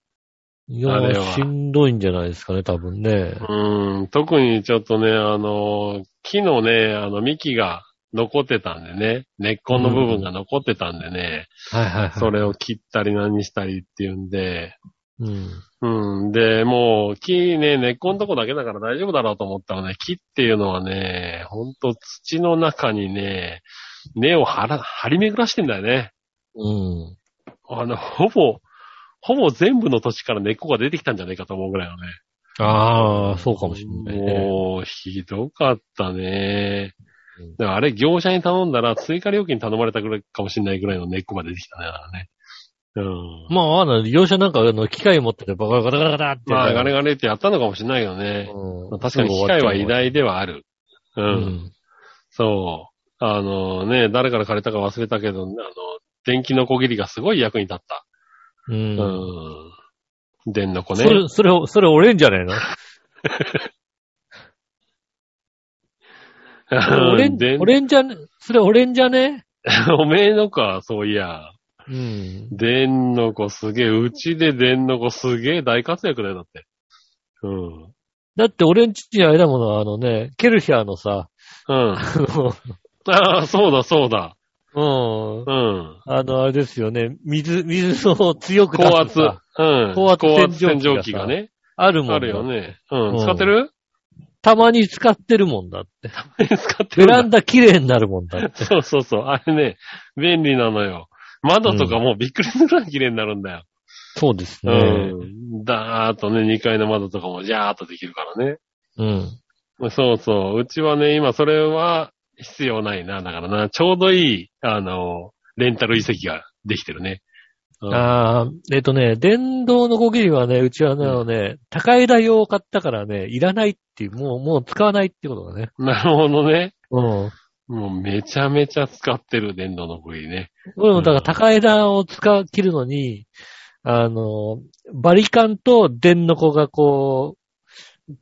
Speaker 2: い
Speaker 3: あれ
Speaker 2: や、
Speaker 3: は
Speaker 2: しんどいんじゃないですかね、多分ね。
Speaker 3: うん、特にちょっとね、あの、木のね、あの、幹が残ってたんでね、根っこの部分が残ってたんでね、
Speaker 2: はいはいはい。
Speaker 3: それを切ったり何したりっていうんで、
Speaker 2: うん。
Speaker 3: うん。で、もう、木ね、根っこのとこだけだから大丈夫だろうと思ったらね、木っていうのはね、ほんと土の中にね、根を張ら、張り巡らしてんだよね。
Speaker 2: うん。
Speaker 3: あの、ほぼ、ほぼ全部の土地から根っこが出てきたんじゃないかと思うぐらいのね。
Speaker 2: ああ、そうかもしんないね。
Speaker 3: もう、ひどかったね
Speaker 2: うん。
Speaker 3: だからあれ、業者に頼んだら、追加料金頼まれたぐらいかもしれないぐらいの根っこが出てきたね、だからね。うん。
Speaker 2: まあ、あの、業者なんか、あの、機械持ってて、バカガラガラガラって。
Speaker 3: まあ、ガレガレってやったのかもしれないけどね。
Speaker 2: う
Speaker 3: まあ
Speaker 2: ん。
Speaker 3: 確かに機械は偉
Speaker 2: い。
Speaker 3: 大ではある。う。
Speaker 2: うんん。
Speaker 3: そう。あのね、誰から借りたか忘れたけど、あの、電気のこぎりがすごい役に立った。
Speaker 2: う。
Speaker 3: うんん。電のこ
Speaker 2: そ
Speaker 3: ね。
Speaker 2: れ、それ、それ俺んじゃないの俺ん、
Speaker 3: 電
Speaker 2: 俺んじゃね、それ俺んじゃね
Speaker 3: おめえのか、そういや。
Speaker 2: うん。
Speaker 3: 電の子すげえ、うちで電の子すげえ大活躍だよ、だって。うん。
Speaker 2: だって俺んちにあれだもの、あのね、ケルヒャーの さ、
Speaker 3: うん。
Speaker 2: あの
Speaker 3: ああ、そうだ、そうだ。
Speaker 2: うん
Speaker 3: う。ん。
Speaker 2: あの、あれですよね。水、水を強く出す
Speaker 3: 高
Speaker 2: とか
Speaker 3: 圧。うん。
Speaker 2: 高圧洗浄機がさ
Speaker 3: 洗浄機がね。
Speaker 2: あるもんだ
Speaker 3: あるよ。ね。
Speaker 2: う
Speaker 3: うんん。使ってる
Speaker 2: たまに使ってるもんだって。
Speaker 3: 使って
Speaker 2: ベ
Speaker 3: るんだ
Speaker 2: ランダ綺麗になるもんだって。
Speaker 3: そうそうそう。あれね、便利なのよ。窓とかもうびっくりするぐらい綺麗になるんだよ。
Speaker 2: そうです
Speaker 3: う
Speaker 2: ね。
Speaker 3: ん。だーっとね、2階の窓とかもジャーっとできるからね。
Speaker 2: うん。
Speaker 3: そうそう。うちはね、今それは必要ないな。だからな、ちょうどいい、あの、レンタル遺跡ができてるね。うん
Speaker 2: ああ、えっとね、電動のこぎりはね、うちはね、あのね、高枝用を買ったからね、いらないっていう、もう、もう使わないってことだね。
Speaker 3: なるほどね。
Speaker 2: うん。
Speaker 3: もうめちゃめちゃ使ってる電動の部位ね。
Speaker 2: 俺もだから高枝を使う、切るのに、あの、バリカンと電の子がこう、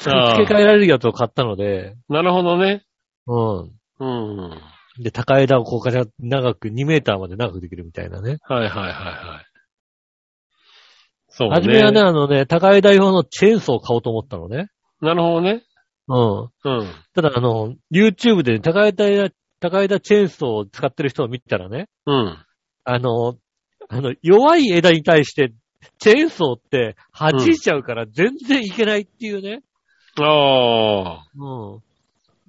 Speaker 2: 付
Speaker 3: あー
Speaker 2: け替えられるやつを買ったので、
Speaker 3: なるほどね。
Speaker 2: うん。
Speaker 3: うん。
Speaker 2: で、高枝をこうガチャ長く、2メーターまで長くできるみたいなね。
Speaker 3: はいはいはいはい。そうね。
Speaker 2: はじめはね、あのね、高枝用のチェーンソーを買おうと思ったのね。
Speaker 3: なるほどね。
Speaker 2: うん。
Speaker 3: うん。
Speaker 2: ただ、あの、YouTube で高枝、高枝チェーンソーを使ってる人を見たらね、
Speaker 3: うん。
Speaker 2: あの、あの、弱い枝に対して、チェーンソーって弾いちゃうから全然いけないっていうね。
Speaker 3: ああ、
Speaker 2: う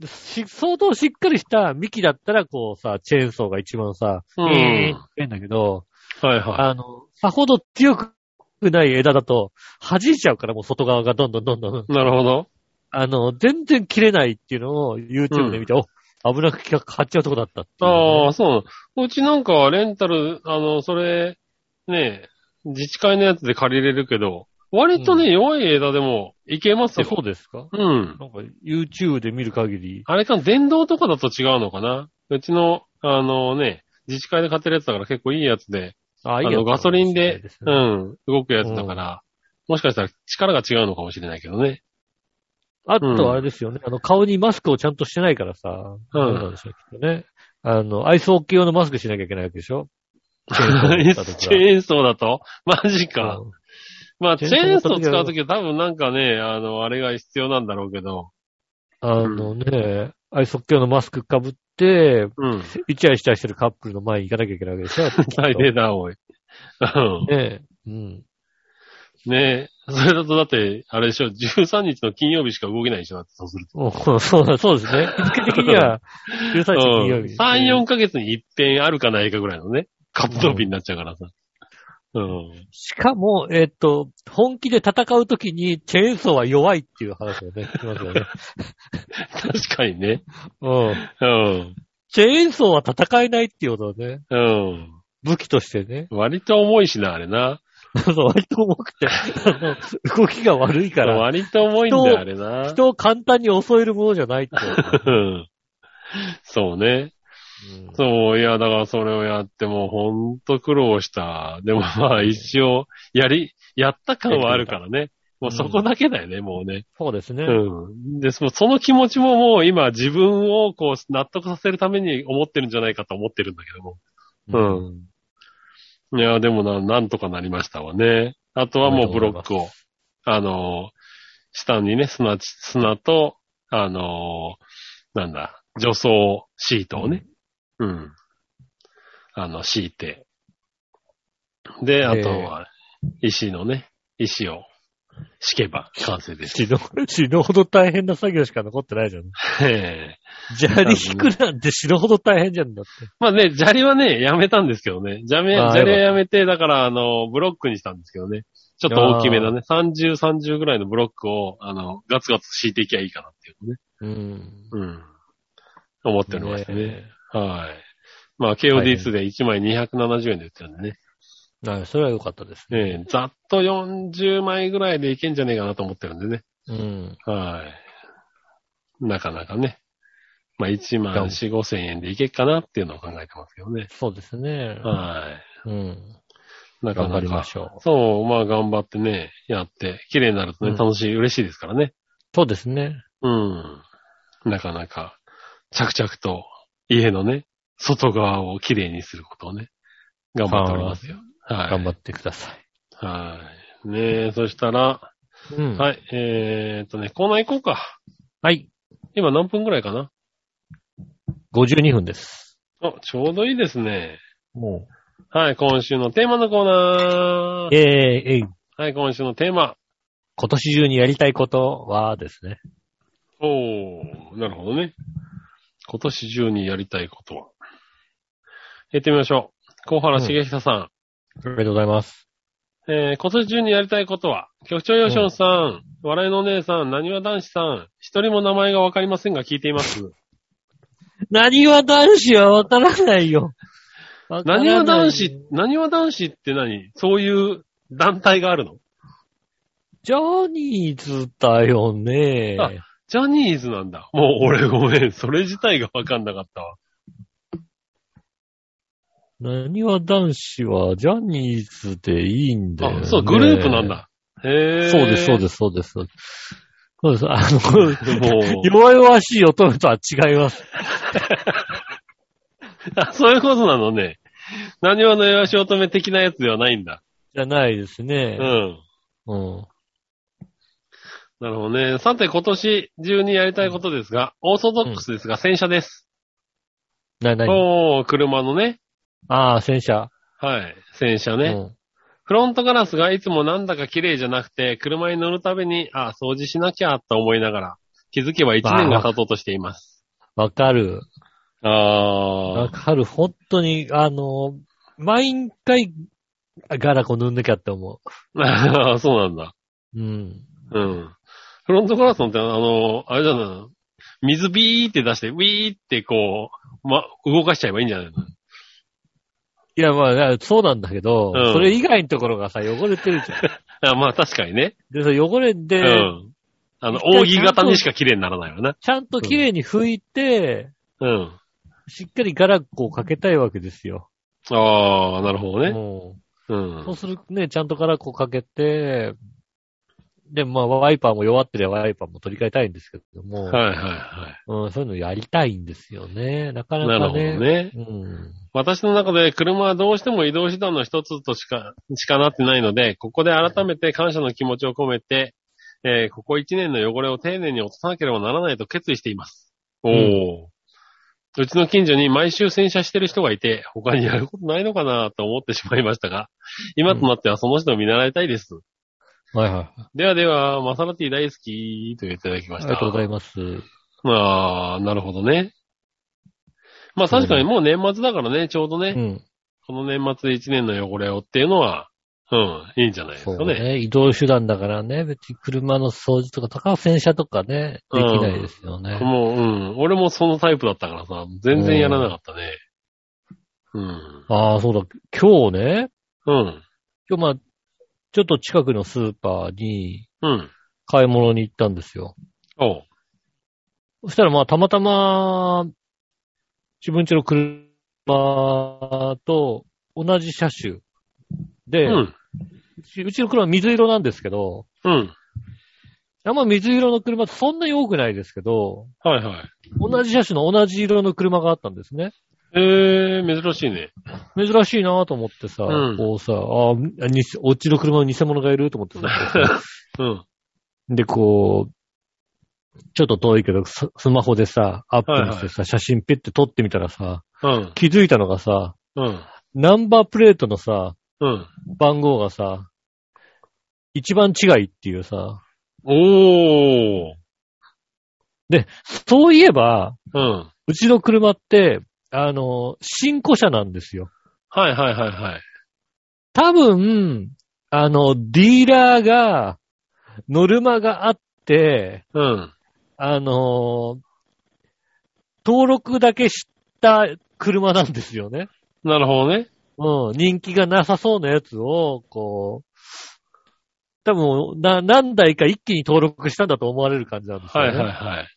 Speaker 2: ん。し相当しっかりした幹だったら、こうさ、チェーンソーが一番さ、
Speaker 3: うん
Speaker 2: えーってんだけど、
Speaker 3: はいは
Speaker 2: あの、さほど強くない枝だと、弾いちゃうから、もう外側がどんどんどんどん、
Speaker 3: い。なるほど。
Speaker 2: あの、全然切れないっていうのを YouTube で見て、お、危なく買っちゃうとこだったっていうね、
Speaker 3: ああ、そうなの。うちなんかはレンタル、あの、それ、ねえ、自治会のやつで借りれるけど、割とね、
Speaker 2: う
Speaker 3: 弱い枝でもいけます
Speaker 2: そう
Speaker 3: よ。
Speaker 2: そうですか
Speaker 3: うん。
Speaker 2: なんか YouTube で見る限り。
Speaker 3: あれか、電動とかだと違うのかなうちの、あのね、自治会で買ってるやつだから結構いいやつで、
Speaker 2: あ
Speaker 3: あの、ガソリンで、う
Speaker 2: うん。
Speaker 3: ん、動くやつだから、もしかしたら力が違うのかもしれないけどね。
Speaker 2: あとあれですよね、あの、顔にマスクをちゃんとしてないからさ、
Speaker 3: うん
Speaker 2: そうなんでしょうきっとね。あの、アイスホッケー用のマスクしなきゃいけないわけでし ょ
Speaker 3: チ ェーンソーだとマジか。
Speaker 2: うん
Speaker 3: まあ、
Speaker 2: チ
Speaker 3: チ
Speaker 2: ェ
Speaker 3: ェ
Speaker 2: ー
Speaker 3: ー
Speaker 2: ン
Speaker 3: ン
Speaker 2: ソ
Speaker 3: ソ
Speaker 2: ー
Speaker 3: ー
Speaker 2: 使
Speaker 3: 使
Speaker 2: う
Speaker 3: う
Speaker 2: と
Speaker 3: ときは多分なんかね、あの、あれが必要なんだろうけど。
Speaker 2: あのね、アイスホッケー用のマスクかぶって、
Speaker 3: うん。
Speaker 2: イチャイチャしてるカップルの前に行かなきゃい けないわけでしょきっと
Speaker 3: 大変だ、おい。う
Speaker 2: ねえ。うん。
Speaker 3: んねそれだとだって、あれでしょ、13日の金曜日しか動けないでしょ、だってそうすると。
Speaker 2: おそうだ、そうですね。日付的には、13日金曜日。
Speaker 3: うん3、4ヶ月に一遍あるかないかぐらいのね、活動日になっちゃうからさ。うん。
Speaker 2: しかも、えっと、本気で戦うときに、チェーンソーは弱いっていう話をね、しますよね。
Speaker 3: 確かにね。
Speaker 2: うん。
Speaker 3: うん。
Speaker 2: チェーンソーは戦えないっていうことだね。
Speaker 3: うん。
Speaker 2: 武器としてね。
Speaker 3: 割と重いしな、あれな。
Speaker 2: そう、割と重 くて、あの動きが悪いから、
Speaker 3: 割と重いんだ
Speaker 2: 人
Speaker 3: よ、
Speaker 2: を
Speaker 3: あれな。
Speaker 2: 人を簡単に襲えるものじゃないって。
Speaker 3: うんそうね。そう、いや、だからそれをやってもうほんと苦労した。でもまあ一応、やり、やった感はあるからね。もうそこだけだよね、もうね。
Speaker 2: そうですね。
Speaker 3: うん。で、そのその気持ちももう今自分をこう納得させるために思ってるんじゃないかと思ってるんだけども。うんいや、でもな、なんとかなりましたわね。あとはもうブロックを、あのー、下にね、砂地、砂と、あのー、なんだ、除草シートをね、うん。あの、敷いて。で、あとは、石のね、石を敷けば完成です。
Speaker 2: 死ぬ、死ぬほど大変な作業しか残ってないじゃん。
Speaker 3: ええ
Speaker 2: 砂利引くなんて死ぬほど大変じゃんだって。
Speaker 3: まあね、砂利はね、やめたんですけどね。砂利、
Speaker 2: ああ
Speaker 3: 砂利はやめて、だから、あの、ブロックにしたんですけどね。ちょっと大きめだね。30、30ぐらいのブロックを、あの、ガツガツ敷いていきゃいいかなっていうね。
Speaker 2: うん。
Speaker 3: うん。思っておりましてね。
Speaker 2: ね
Speaker 3: はい。まあ、
Speaker 2: 大変
Speaker 3: KOD2 で1枚270円で売ってるんでね。
Speaker 2: はい、それは良かったですね。
Speaker 3: ねえざっと40枚ぐらいでいけんじゃねえかなと思ってるんでね。
Speaker 2: うん。
Speaker 3: はい。なかなかね。まあ、1万4、5千円でいけっかなっていうのを考えてますけどね。
Speaker 2: そうですね。
Speaker 3: はい。
Speaker 2: うん。
Speaker 3: なか
Speaker 2: 頑
Speaker 3: な
Speaker 2: 張
Speaker 3: か。
Speaker 2: りましょう。
Speaker 3: そう、まあ頑張ってね、やって、綺麗になるとね、
Speaker 2: うん
Speaker 3: 楽しい、嬉しいですからね。
Speaker 2: そうですね。
Speaker 3: うん。なかなか、着々と家のね、外側を綺麗にすることをね、頑張っておりますよ。はい。
Speaker 2: 頑張ってくださ
Speaker 3: はい。ねえ、そしたら、
Speaker 2: い。うん。い。
Speaker 3: はい、えーっとね、コーナー行こうか。
Speaker 2: はい。
Speaker 3: 今何分くらいかな
Speaker 2: 52分です。
Speaker 3: あ、ちょうどいいですね。
Speaker 2: も
Speaker 3: はい、今週のテーマのコーナ
Speaker 2: う。
Speaker 3: ー。
Speaker 2: えー、えい
Speaker 3: はい、今週のテーマ。
Speaker 2: 今年中にやりたいことはですね。
Speaker 3: おー、なるほどね。今年中にやりたいことは。やってみましょう。小原茂久さん。
Speaker 2: ありがとうございます。
Speaker 3: えー、今年中にやりたいことは、局長吉野さん、笑いのお姉さん、何は男子さん、一人も名前がわかりませんが聞いています。
Speaker 2: 何は男子はわからないよ。わから
Speaker 3: 何
Speaker 2: ない
Speaker 3: は男子、何は男子って何そういう団体があるの
Speaker 2: ジャニーズだよね。
Speaker 3: あジャニーズなんだ。もう俺ごめん。それ自体がわかんなかったわ。
Speaker 2: 何は男子はジャニーズでいいんだよ、ね。
Speaker 3: あ、そう、グループなん。だ。へー。。
Speaker 2: そうです、そうですす、そうです。そうです。あの、
Speaker 3: もう。
Speaker 2: 弱々しい乙女とは違います。
Speaker 3: あ、 そういうことなのね。何話のよし乙女的なやつではないんだ。
Speaker 2: じゃないです
Speaker 3: う
Speaker 2: ね。
Speaker 3: ん。
Speaker 2: うん。
Speaker 3: なるほどね。さて、今年中にやりたいことですが、オーソドックスですが、洗車です。
Speaker 2: な、なに
Speaker 3: おー、車のね。
Speaker 2: ああ、洗車。
Speaker 3: はい。洗車ね、
Speaker 2: うん
Speaker 3: フロントガラスがいつもなんだか綺麗じゃなくて、車に乗るたびに、あ、掃除しなきゃと思いながら、気づけば1年が経とうとしています。
Speaker 2: わかる。
Speaker 3: あ
Speaker 2: わかる。本当に、あの、毎回、ガラコ塗んなきゃって思
Speaker 3: ー。 そうなんだ。
Speaker 2: う。うん。
Speaker 3: うん。フロントガラスのって、あの、あれじゃないの水ビーって出して、ウィーってこう、ま、動かしちゃえばいいんじゃないの
Speaker 2: いや、まあ、そうなんだけど、
Speaker 3: うん
Speaker 2: それ以外のところがさ、汚れてるじゃん。
Speaker 3: あまあ確かにね。
Speaker 2: で、その汚れで、
Speaker 3: うん。あの、扇形にしか綺麗にならないよな。
Speaker 2: ちゃんと綺麗に拭いて、
Speaker 3: うん。
Speaker 2: しっかりガラコをかけたいわけですよ。
Speaker 3: ああ、なるほどね。
Speaker 2: も
Speaker 3: う。
Speaker 2: うそうんするね、ちゃんとガラコをかけて、で、まあ、ワイパーも弱ってりゃワイパーも取り替えたいんですけども、
Speaker 3: はいはいは
Speaker 2: うん、そういうのやりたいんですよね。なか
Speaker 3: い。
Speaker 2: な
Speaker 3: なる
Speaker 2: か
Speaker 3: ほど
Speaker 2: ね。
Speaker 3: ね。
Speaker 2: うん。
Speaker 3: 私の中で車はどうしても移動手段の一つとしか、しかなってないので、ここで改めて感謝の気持ちを込めて、えーここ一年の汚れを丁寧に落とさなければならないと決意しています。おー。うちの近所に毎週洗車してる人がいて、他にやることないのかなと思ってしまいましたが、今となってはその人を見習いたいです。
Speaker 2: はいはい。
Speaker 3: ではでは、マサラティ大好きと言っていただき
Speaker 2: あ
Speaker 3: まし
Speaker 2: り
Speaker 3: た。
Speaker 2: がとうございます。
Speaker 3: ああ、なるほどね。まあ確かにもう年末だからね、ちょうどね、
Speaker 2: うん。
Speaker 3: この年末で一年の汚れをっていうのは、うん、いいんじゃないです
Speaker 2: そう
Speaker 3: かね。
Speaker 2: ね。移動手段だからね、別に車の掃除とか、高戦車とかね、できないですよね。
Speaker 3: もう、うん、俺もそのタイプだったからさ、全然やらなかったね。うん。
Speaker 2: ああ、そうだ。今日ね、
Speaker 3: うん。
Speaker 2: 今日まあ、ちょっと近くのスーパーに
Speaker 3: うん。
Speaker 2: 買い物に行ったんですよ。
Speaker 3: おう。
Speaker 2: そしたらまあ、たまたま、自分家の車と同じ車種で、
Speaker 3: う。
Speaker 2: うんちうちの車は水色なんですけど、
Speaker 3: うん。
Speaker 2: あんま水色の車ってそんなに多くないですけど、
Speaker 3: はいはい。
Speaker 2: 同じ車種の同じ色の車があったんですね。
Speaker 3: えー、珍しいね。
Speaker 2: 珍しいなと思ってさ、
Speaker 3: うん
Speaker 2: こうさ、ああ、におっちの車に偽物がいると思って さ、
Speaker 3: うん。
Speaker 2: で、こう、ちょっと遠いけど、ススマホでさ、アップにしてさ、写真ピッて撮ってみたらさ、
Speaker 3: うん。
Speaker 2: 気づいたのがさ、
Speaker 3: うん。
Speaker 2: ナンバープレートのさ、
Speaker 3: うん。
Speaker 2: 番号がさ、一番違いっていうさ、
Speaker 3: おー。
Speaker 2: で、そういえば、
Speaker 3: うん。
Speaker 2: うちの車って、あの、新古車なんですよ。
Speaker 3: はいはいはいはい。
Speaker 2: 多分、あの、ディーラーが、ノルマがあって、
Speaker 3: うん。
Speaker 2: あの登録だけした車なんですよね。
Speaker 3: なるほどね。
Speaker 2: うん、人気がなさそうなやつを、こう、多分、な、何台か一気に登録したんだと思われる感じなんですよ
Speaker 3: は
Speaker 2: ね。
Speaker 3: いはいはい。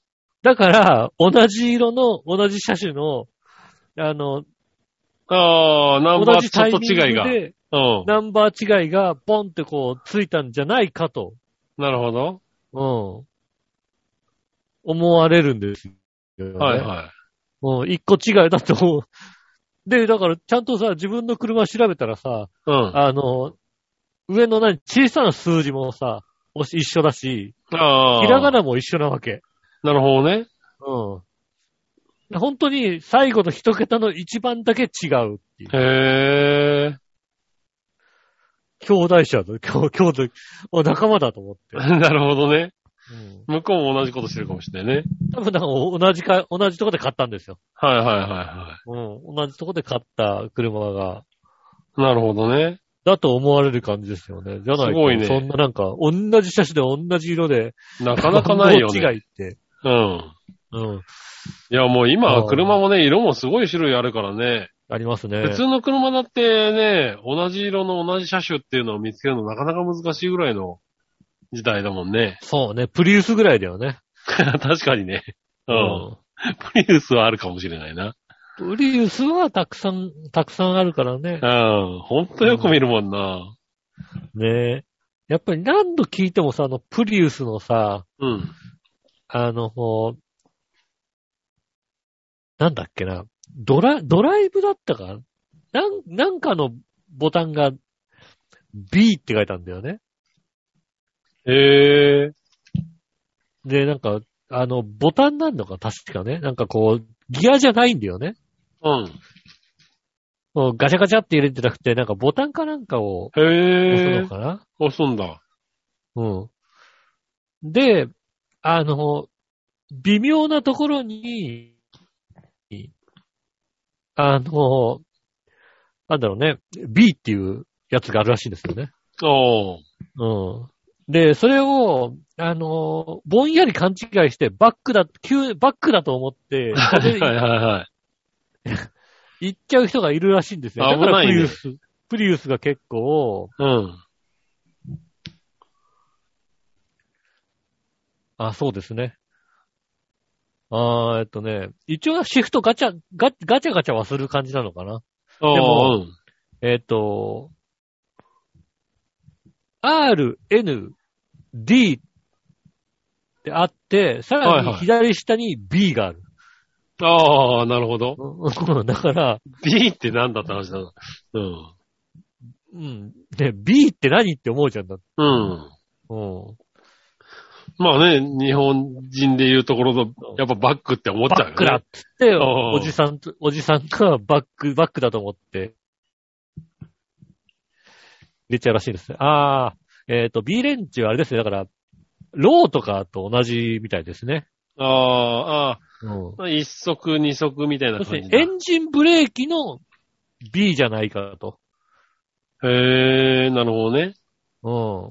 Speaker 2: だから、同じ色の、同じ車種の、あの、
Speaker 3: あー、ナンバ
Speaker 2: 同
Speaker 3: ー
Speaker 2: じ
Speaker 3: ちょ
Speaker 2: タ
Speaker 3: っ
Speaker 2: イミ
Speaker 3: と
Speaker 2: ング
Speaker 3: 違いが。
Speaker 2: で、
Speaker 3: うん。
Speaker 2: ナンバー違いが、ポンってこう、ついたんじゃないかと、
Speaker 3: なるほど。
Speaker 2: うん。思われるんですよ、ね。
Speaker 3: はいは
Speaker 2: うん、一個違いだと思う。で、だから、ちゃんとさ、自分の車調べたらさ、
Speaker 3: い。うん。
Speaker 2: あの、上の何、小さな数字もさ、おし一緒だし、
Speaker 3: あー。
Speaker 2: ひらがなも一緒なわけ。
Speaker 3: なるほどね。
Speaker 2: うん。本当に最後の一桁の一番だけ違うっていう。
Speaker 3: へー。
Speaker 2: 兄弟者だ、兄兄弟、お仲間だと思って。
Speaker 3: なるほどね。
Speaker 2: うん。
Speaker 3: 向こうも同じことしてるかもしれないね。
Speaker 2: 多分なんかお同じか、同じとこで買ったんですよ。
Speaker 3: はいはいはいは
Speaker 2: うん。同じとこで買った車が、
Speaker 3: い。なるほどね。
Speaker 2: だと思われる感じですよね。じゃないと
Speaker 3: すごいね
Speaker 2: そんななんか、同じ車種で同じ色で、
Speaker 3: なかなかない よ
Speaker 2: 番
Speaker 3: ね。
Speaker 2: 号違いって。
Speaker 3: うん。
Speaker 2: うん。
Speaker 3: いやもう
Speaker 2: あ
Speaker 3: 今、
Speaker 2: ー
Speaker 3: 車もね、色もすごい種類あるからね。
Speaker 2: ありますね。。
Speaker 3: 普通の車だってね、同じ色の同じ車種っていうのを見つけるのなかなか難しいぐらいの時代だもんね
Speaker 2: そうね。プリウスぐらいだよね。
Speaker 3: 確かにね。うん。プリウスはあるかもしれないな。
Speaker 2: うん。プリウスはたくさん、たくさんあるからね。
Speaker 3: うん。ほんとよく見るもんな。
Speaker 2: ねえ。やっぱり何度聞いてもさ、あの、プリウスのさ、
Speaker 3: うん。
Speaker 2: あの、こうなんだっけな、ドラ、ドライブだったかなん、なんかのボタンが B って書いたんだよね。
Speaker 3: へえ。
Speaker 2: で、なんか、あの、ボタンなんのか確かね。なんかこう、ギアじゃないんだよね。
Speaker 3: うん。
Speaker 2: こうガチャガチャって入れてなくて、なんかボタンかなんかを押す
Speaker 3: へえ
Speaker 2: の。かな、
Speaker 3: 押すんだ。
Speaker 2: うん。で、あの、微妙なところに、あの、なんだろうね、B っていうやつがあるらしいんですよね。
Speaker 3: おー。
Speaker 2: うん。で、それを、あの、ぼんやり勘違いして、バックだ、急、バックだと思って、
Speaker 3: はいはいはい。
Speaker 2: 行っちゃう人がいるらしいんですよ。だから
Speaker 3: 危
Speaker 2: プ
Speaker 3: ない
Speaker 2: リ
Speaker 3: ね
Speaker 2: ウス、プリウスが結構、
Speaker 3: うん。
Speaker 2: あ、そうですね。あーえっとね、一応シフトガチャ、ガガチャガチャはする感じなのかな。
Speaker 3: おー。うん
Speaker 2: えっ、と、R, N, D ってあって、さら
Speaker 3: はい
Speaker 2: に
Speaker 3: はい
Speaker 2: 左下に B がある。
Speaker 3: ああ、なるほど。
Speaker 2: うんだから、
Speaker 3: B って何だって話だな。うん。
Speaker 2: うん、ね、B って何って思うじゃんだって。
Speaker 3: うん。
Speaker 2: うん。
Speaker 3: まあね、日本人で言うところの、やっぱバックって思っちゃ
Speaker 2: バッ
Speaker 3: うよね。
Speaker 2: クだっつって、
Speaker 3: おう
Speaker 2: おじさんと、おじさんがバック、バックだと思って、入れちゃうらしいですね。ああ、えっ、と、B レンチはあれですね、だから、ローとかと同じみたいですね。
Speaker 3: ああ、あ
Speaker 2: うん。
Speaker 3: あ、一足二足みたいな
Speaker 2: そして
Speaker 3: 感じだ。
Speaker 2: エンジンブレーキの B じゃないかと。
Speaker 3: へえ、なるほどね。
Speaker 2: うん。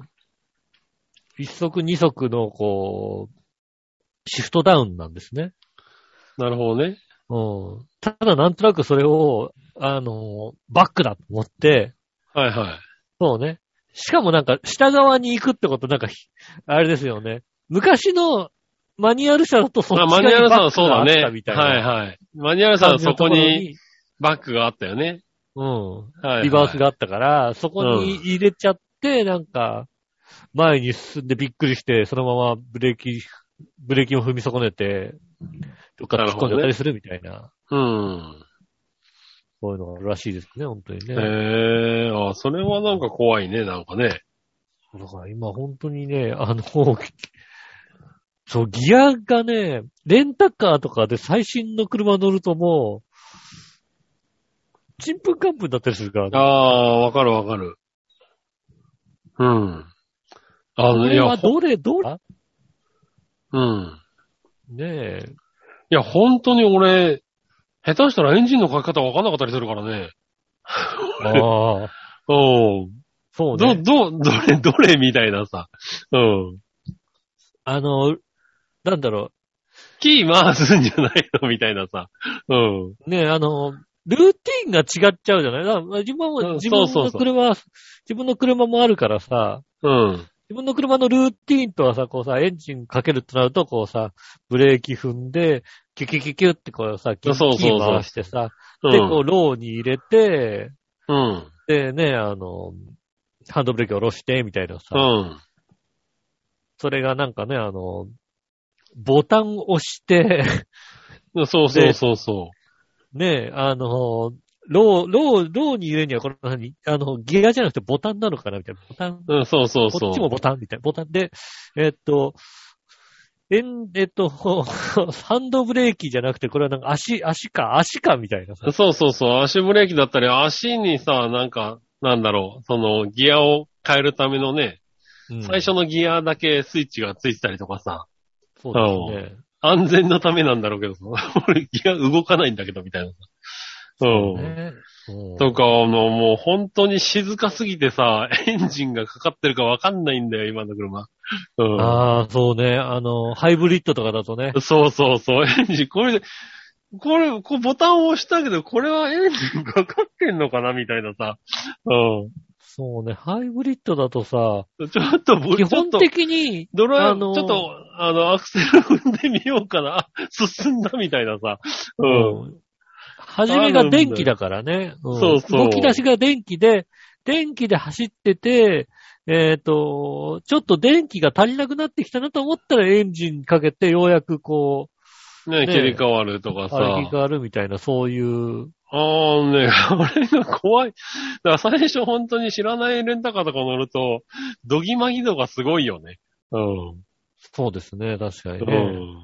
Speaker 2: 一足二足の、こう、シフトダウンなんですね。
Speaker 3: なるほどね。
Speaker 2: うん。ただなんとなくそれを、あの、バックだと思って、
Speaker 3: はいはい。
Speaker 2: そうね。しかもなんか、下側に行くってこと、なんかひ、あれですよね。昔のマニュアル車だとそっち
Speaker 3: ま
Speaker 2: 側
Speaker 3: あ、マ
Speaker 2: に
Speaker 3: ニュアルさん
Speaker 2: バ
Speaker 3: は
Speaker 2: ック
Speaker 3: そう
Speaker 2: があ
Speaker 3: だ
Speaker 2: っ
Speaker 3: ね。
Speaker 2: たみたいな。
Speaker 3: はいはい。マニュアルさんはそこに
Speaker 2: 感じ
Speaker 3: バックがあったよ
Speaker 2: の
Speaker 3: ね。
Speaker 2: ところに、
Speaker 3: はい、
Speaker 2: う
Speaker 3: は
Speaker 2: ん。
Speaker 3: い。
Speaker 2: リバースがあったから、そこに
Speaker 3: うん
Speaker 2: 入れちゃって、なんか、前に進んでびっくりして、そのままブレーキ、ブレーキを踏み損ねて、とか突っ込んじゃったりするみたいな、
Speaker 3: うん。
Speaker 2: そういうのがあるらしいですね、本当にね。
Speaker 3: へえ、あ、それはなんか怖いね、なんかね。
Speaker 2: だから今本当にね、あの、 そう、ギアがね、レンタカーとかで最新の車乗るともう、ちんぷんかんぷんだったりするから
Speaker 3: あ
Speaker 2: ね。
Speaker 3: あ、わかるわかる。うん。あ
Speaker 2: こ
Speaker 3: の、い
Speaker 2: れは
Speaker 3: や、ほ
Speaker 2: どれどれ
Speaker 3: うん。
Speaker 2: ねえ。
Speaker 3: いや、本当に俺、下手したらエンジンのかけ方わかんなかったりするからね。
Speaker 2: ああ、
Speaker 3: うん。
Speaker 2: そう
Speaker 3: ど、
Speaker 2: ね。
Speaker 3: ど、どれ、どれみたいなさ。うん。
Speaker 2: あの、なんだろ
Speaker 3: キー回すんじゃないのみたいなさ。うん。
Speaker 2: う、ねえ、あの、ルーティンが違っちゃうじゃないだから自分
Speaker 3: う
Speaker 2: も、
Speaker 3: ん
Speaker 2: 自分の車
Speaker 3: そうそうそう
Speaker 2: 自分の車もあるからさ、
Speaker 3: うん。
Speaker 2: 自分の車のルーティーンとはさ、こうさ、エンジンかけるとなると、こうさ、ブレーキ踏んで、キュキュキュキュってこうさ、キュ
Speaker 3: そう
Speaker 2: ッ
Speaker 3: そう
Speaker 2: キ
Speaker 3: そう
Speaker 2: ー回してさ、
Speaker 3: うん
Speaker 2: で、こう、ローに入れて、
Speaker 3: うん。
Speaker 2: でね、あの、ハンドブレーキを下ろして、みたいなさ、
Speaker 3: うん。
Speaker 2: それがなんかね、あの、ボタンを押して、
Speaker 3: そうそうそうそ
Speaker 2: ね、あの、ロー、ロー、ローに入れるにはこの何あの、ギアじゃなくてボタンなのかなみたいな。ボタン
Speaker 3: う。うん、そうそうそう。
Speaker 2: こっちもボタンみたいな。ボタンで、えっと、えん、えっと、 ハンドブレーキじゃなくて、これはなんか足、足か、足かみたいなさ。
Speaker 3: そうそうそう。足ブレーキだったり、足にさ、なんか、なんだろう、その、ギアを変えるためのね、最初
Speaker 2: の。
Speaker 3: のギアだけスイッチがついてたりとかさ、
Speaker 2: そうですね。
Speaker 3: 安全のためなんだろうけどさ、 俺ギア動かないんだけど、みたいなさ。うん。
Speaker 2: ねうん
Speaker 3: とか、あの、もう本当に静かすぎてさ、エンジンがかかってるかわかんないんだよ、今の車。うん。
Speaker 2: ああ、そうね。あの、ハイブリッドとかだとね。
Speaker 3: そうそうそう、エンジン、これ、これ、こうボタンを押したけど、これはエンジンかかってんのかなみたいなさ。う
Speaker 2: そうね。ハイブリッドだとさ、
Speaker 3: ん。ちょっと、ぼ
Speaker 2: 基
Speaker 3: ちょっ
Speaker 2: 本
Speaker 3: と、
Speaker 2: 的に、
Speaker 3: ドライ、
Speaker 2: あのー
Speaker 3: ちょっと、あの、アクセル踏んでみようかな。あ 進んだみたいなさ。うん。
Speaker 2: うん初めが電気だからね。ん
Speaker 3: そうそう
Speaker 2: 動き出しが電気で、電気で走ってて、えっ、と、ちょっと電気が足りなくなってきたなと思ったらエンジンかけてようやくこ
Speaker 3: ね
Speaker 2: ね
Speaker 3: 切り替わるとか
Speaker 2: う、
Speaker 3: さ。
Speaker 2: 歩きがあるみたいな、そういう。
Speaker 3: ああね、 あれが怖い。だから最初本当に知らないレンタカーとか乗ると、ドギマギ度がすごいよね。うん。
Speaker 2: そうですね、確かに
Speaker 3: う
Speaker 2: ね。
Speaker 3: ん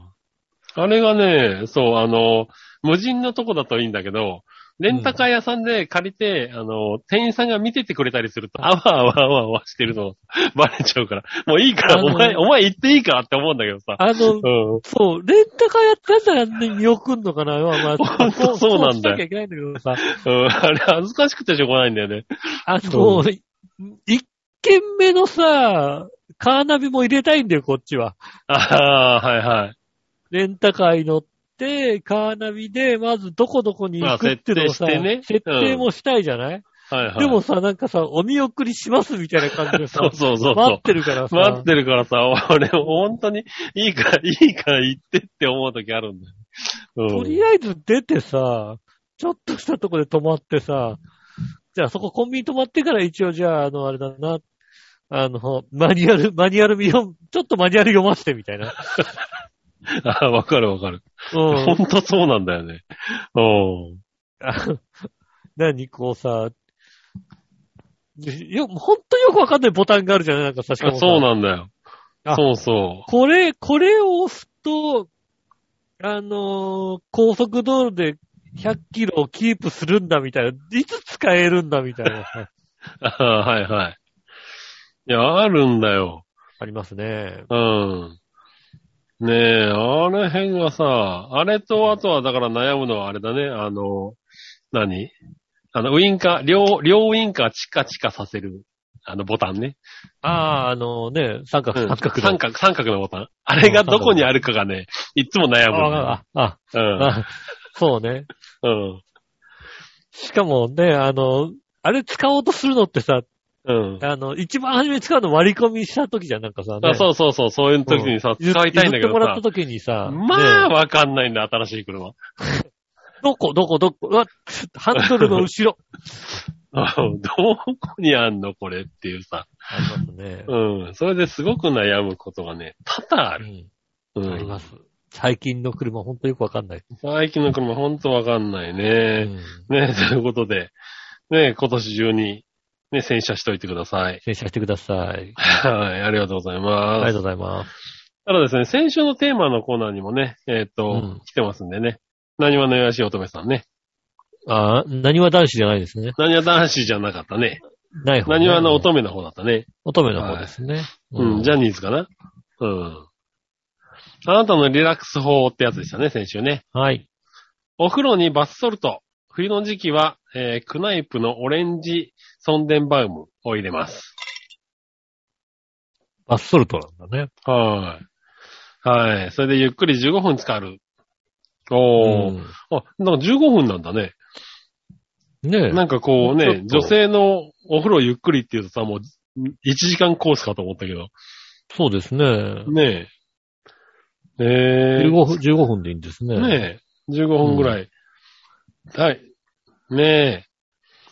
Speaker 3: あれがね、そう、あの、無人のとこだといいんだけど、レンタカー屋さんで借りて、あの、店員さんが見ててくれたりすると、あわあわあわあわしてるの、バレちゃうから、もういいか
Speaker 2: あ
Speaker 3: ら、
Speaker 2: の
Speaker 3: お前、お前行っていいかって思うんだけどさ。
Speaker 2: あの
Speaker 3: う、ん。
Speaker 2: そう、レンタカーやったらね、見送んのかな、まあ、まあ、
Speaker 3: 本当 そうなんだよ
Speaker 2: しなきゃいけないんだけどさ、
Speaker 3: うん。あれ、恥ずかしくてしょうがないんだよね。
Speaker 2: あの、一軒目のさ、カーナビも入れたいんだよ、こっちは。
Speaker 3: ああ、はいはい。
Speaker 2: レンタカーに乗って、カーナビで、まずどこどこに行くっていうのをさ、
Speaker 3: まあ設定してね
Speaker 2: 設定もしたいじゃない、
Speaker 3: はいはい。
Speaker 2: でも、さ、なんかさ、お見送りしますみたいな感じでさ、
Speaker 3: そうそうそうそう。
Speaker 2: 待ってるからさ、
Speaker 3: 待ってるからさ、俺、本当に、いいから、いいから行ってって思う時あるんだよ。うん
Speaker 2: とりあえず出てさ、ちょっとしたとこで止まってさ、じゃあそこコンビニ止まってから一応じゃあ、あの、あれだな、あの、マニュアル、マニュアル見よ、ちょっとマニュアル読ませてみたいな。
Speaker 3: あわかるわかる。
Speaker 2: うん。
Speaker 3: ほんとそうなんだよね。うん。
Speaker 2: あの 何こうさ、よ、ほんとよくわかんないボタンがあるじゃないなんかさ、しかも
Speaker 3: あ
Speaker 2: さ
Speaker 3: そうなんだよ
Speaker 2: あ。
Speaker 3: そう そ
Speaker 2: これ、これを押すと、あのー高速道路で100キロをキープ するんだみたいな、いつ使えるんだみたいなさ。
Speaker 3: う。あはいはい。いや、あるんだよ。
Speaker 2: ありますね。
Speaker 3: うん。ねえ、あの辺がさ、あれとあとはだから悩むのはあれだね、あの、何あの、ウインカー、両、両ウインカーチカチカさせる、あのボタンね。
Speaker 2: ああー、あのね、三角、
Speaker 3: うん
Speaker 2: 三角の
Speaker 3: 三角、三角のボタン。あれがどこにあるかがね、いつも悩むんだよ。
Speaker 2: ああ、あ
Speaker 3: うん。
Speaker 2: あ、そうね。
Speaker 3: うん。
Speaker 2: しかもね、あの、あれ使おうとするのってさ、
Speaker 3: うん。
Speaker 2: あの、一番初めに使うの割り込みした時じゃん、なんかさ、ね。
Speaker 3: あそうそうそう、そういう時にさ、使
Speaker 2: 譲
Speaker 3: いたいんだ
Speaker 2: 譲
Speaker 3: け
Speaker 2: っても
Speaker 3: ど
Speaker 2: らった。
Speaker 3: さ
Speaker 2: 時にさ、
Speaker 3: まあ、
Speaker 2: ね
Speaker 3: わかんないんだ、新しい車。
Speaker 2: どこ、どこ、どこ、うわ、ハンドルの後ろ。
Speaker 3: うんどこにあんの、これっていうさ。
Speaker 2: ありますね。
Speaker 3: うん。それですごく悩むことがね、多々ある。う
Speaker 2: うんあり
Speaker 3: ん。
Speaker 2: ます。最近の車、ほんとよくわかんない。
Speaker 3: 最近の車、ほんとわかんないうね。
Speaker 2: ん。
Speaker 3: ねということで、ね今年中に、ね、洗車しといてください。
Speaker 2: 洗車してください。
Speaker 3: はい、ありがとうござい
Speaker 2: あり
Speaker 3: ま
Speaker 2: が
Speaker 3: す
Speaker 2: と。うございます。
Speaker 3: ただですね、先週のテーマのコーナーにもね、えっ、と、
Speaker 2: うん
Speaker 3: 来てますんでね。何はのよやし乙女さんね。
Speaker 2: ああ、何は男子じゃないですね。
Speaker 3: 何は男子じゃなかったね。
Speaker 2: ない方、ね。
Speaker 3: 何はの乙女の方だったね。
Speaker 2: 乙女の方ですね。
Speaker 3: うん、ジャニーズかな。うん。あなたのリラックス法ってやつでしたね、先週ね。
Speaker 2: はい。
Speaker 3: お風呂にバスソルト。冬の時期は、えークナイプのオレンジソンデンバウムを入れます。
Speaker 2: バスソルトなんだね。
Speaker 3: はい。はい。それでゆっくり15分使う。おー。
Speaker 2: うん
Speaker 3: あ、なんか15分なんだね。
Speaker 2: ね
Speaker 3: なんかこうね、
Speaker 2: ちょ
Speaker 3: 女
Speaker 2: っと
Speaker 3: 性のお風呂ゆっくりっていうとさ、もう1時間コースかと思ったけど。
Speaker 2: え。そうですね。
Speaker 3: ねえ。えー
Speaker 2: 15分、15分でいいんですね。
Speaker 3: ねえ、15分ぐらい。はい。
Speaker 2: ねえ。
Speaker 3: ねえ、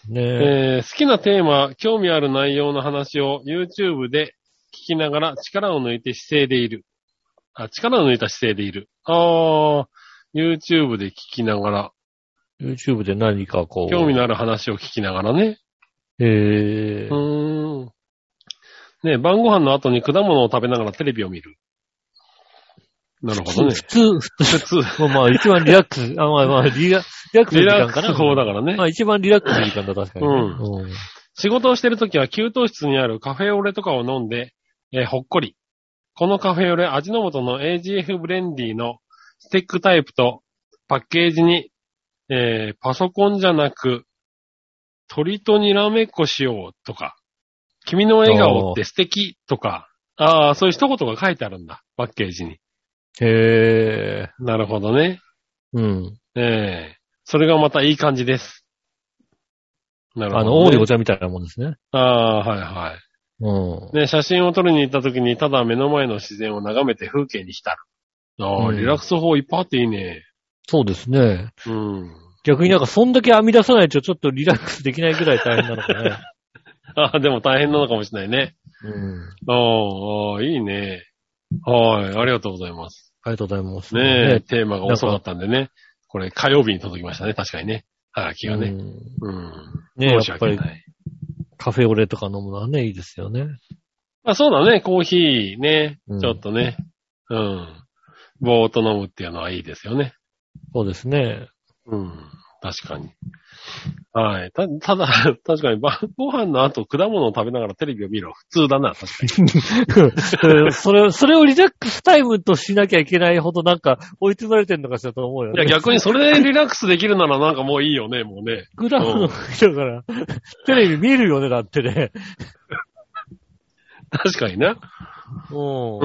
Speaker 3: えー好きなテーマ、興味ある内容の話を YouTube で聞きながら力を抜いて姿勢でいる。あ、力を抜いた姿勢でいる。ああ、YouTube で聞きながら、
Speaker 2: YouTube で何かこう。
Speaker 3: 興味のある話を聞きながらね。
Speaker 2: へえ
Speaker 3: う。ーん。ねえ、晩ご飯の後に果物を食べながらテレビを見る。なる ほどね
Speaker 2: 普。通、普
Speaker 3: 普通、
Speaker 2: 通、まあ一番リラックス、あまあまあリラリラックスの
Speaker 3: リ
Speaker 2: 時
Speaker 3: ラ
Speaker 2: 間
Speaker 3: ック
Speaker 2: か
Speaker 3: ス
Speaker 2: な。
Speaker 3: 法だからね
Speaker 2: ま。あ一番リラックスの時間だ、確かにね。
Speaker 3: うん
Speaker 2: うん
Speaker 3: 仕事をしてるときは給湯室にあるカフェオレとかを飲んで、えーほっこり。このカフェオレ、味の素の AGF ブレンディのスティックタイプとパッケージに、えーパソコンじゃなく、鳥とにらめっこしようとか、君の笑顔って素敵とか、ああー、そういう一言が書いてあるんだ、パッケージに。
Speaker 2: へえ。
Speaker 3: なるほどね。
Speaker 2: うん。
Speaker 3: ええそれがまたいい感じです。なるほど、
Speaker 2: あ
Speaker 3: ね。
Speaker 2: の、王でお茶みたいなもんですね。
Speaker 3: ああ、はいはい。
Speaker 2: うん。
Speaker 3: ね、写真を撮りに行った時に、ただ目の前の自然を眺めて風景に浸る。ああ、
Speaker 2: うん
Speaker 3: リラックス法いっぱいあっていいね。
Speaker 2: そうですね。
Speaker 3: うん。
Speaker 2: 逆になんかそんだけ編み出さないとちょっとリラックスできないぐらい大変なのか ね。
Speaker 3: ああ、でも大変なのかもしれないね。
Speaker 2: うん。
Speaker 3: ああああ、いいね。はい、ありがとうございます。
Speaker 2: ありがとうございます。
Speaker 3: ねえ、テーマが遅かったんでね。これ火曜日に届きましたね、確かにね。はがき
Speaker 2: え。う
Speaker 3: がね。
Speaker 2: ん
Speaker 3: うん。
Speaker 2: ね
Speaker 3: 申し
Speaker 2: やっぱ
Speaker 3: 訳な
Speaker 2: り
Speaker 3: い。
Speaker 2: カフェオレとか飲むのはね、いいですよね。
Speaker 3: まあそうだね、コーヒーね、
Speaker 2: うん
Speaker 3: ちょっとね。うん。ぼーっと飲むっていうのはいいですよね。
Speaker 2: そうですね。
Speaker 3: うん。確かに。はい。た、 ただ、確かに晩ご飯の後、果物を食べながらテレビを見ろ。普通だな、確か
Speaker 2: う
Speaker 3: に。
Speaker 2: んそれ、それをリラックスタイムとしなきゃいけないほどなんか追い詰まれてんのかしらと思うよ、
Speaker 3: いや、
Speaker 2: ね。
Speaker 3: 逆にそれでリラックスできるならなんかもういいよね、もうね。
Speaker 2: グラフの人から、テレビ見るよね、だってね。
Speaker 3: 確かにな。
Speaker 2: うん。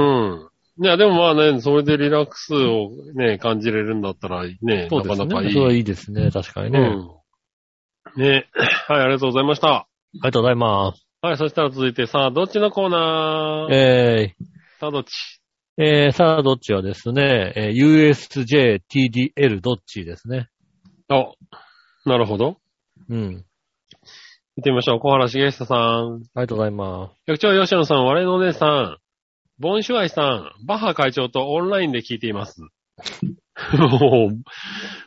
Speaker 3: うん。いや、でもまあね、それでリラックスをね、感じれるんだったらね、
Speaker 2: そうで
Speaker 3: な
Speaker 2: すね。
Speaker 3: かなかいい。
Speaker 2: それはいいですね、確かにね。
Speaker 3: うん。ね。はい、ありがとうございました。
Speaker 2: ありがとうございます。
Speaker 3: はい、そしたら続いてさあ、どっちのコーナー
Speaker 2: え
Speaker 3: さあ、どっち
Speaker 2: ー、えー、さあ、どっちはですね、えー USJ、TDL、どっちですね。
Speaker 3: あ、なるほど。
Speaker 2: うん。
Speaker 3: 見てみましょう。小原茂久さん。
Speaker 2: ありがとうございます。
Speaker 3: 局長吉野さん、我のお姉さん、ボンシュアイさん、バッハ会長とオンラインで聞いています。 もう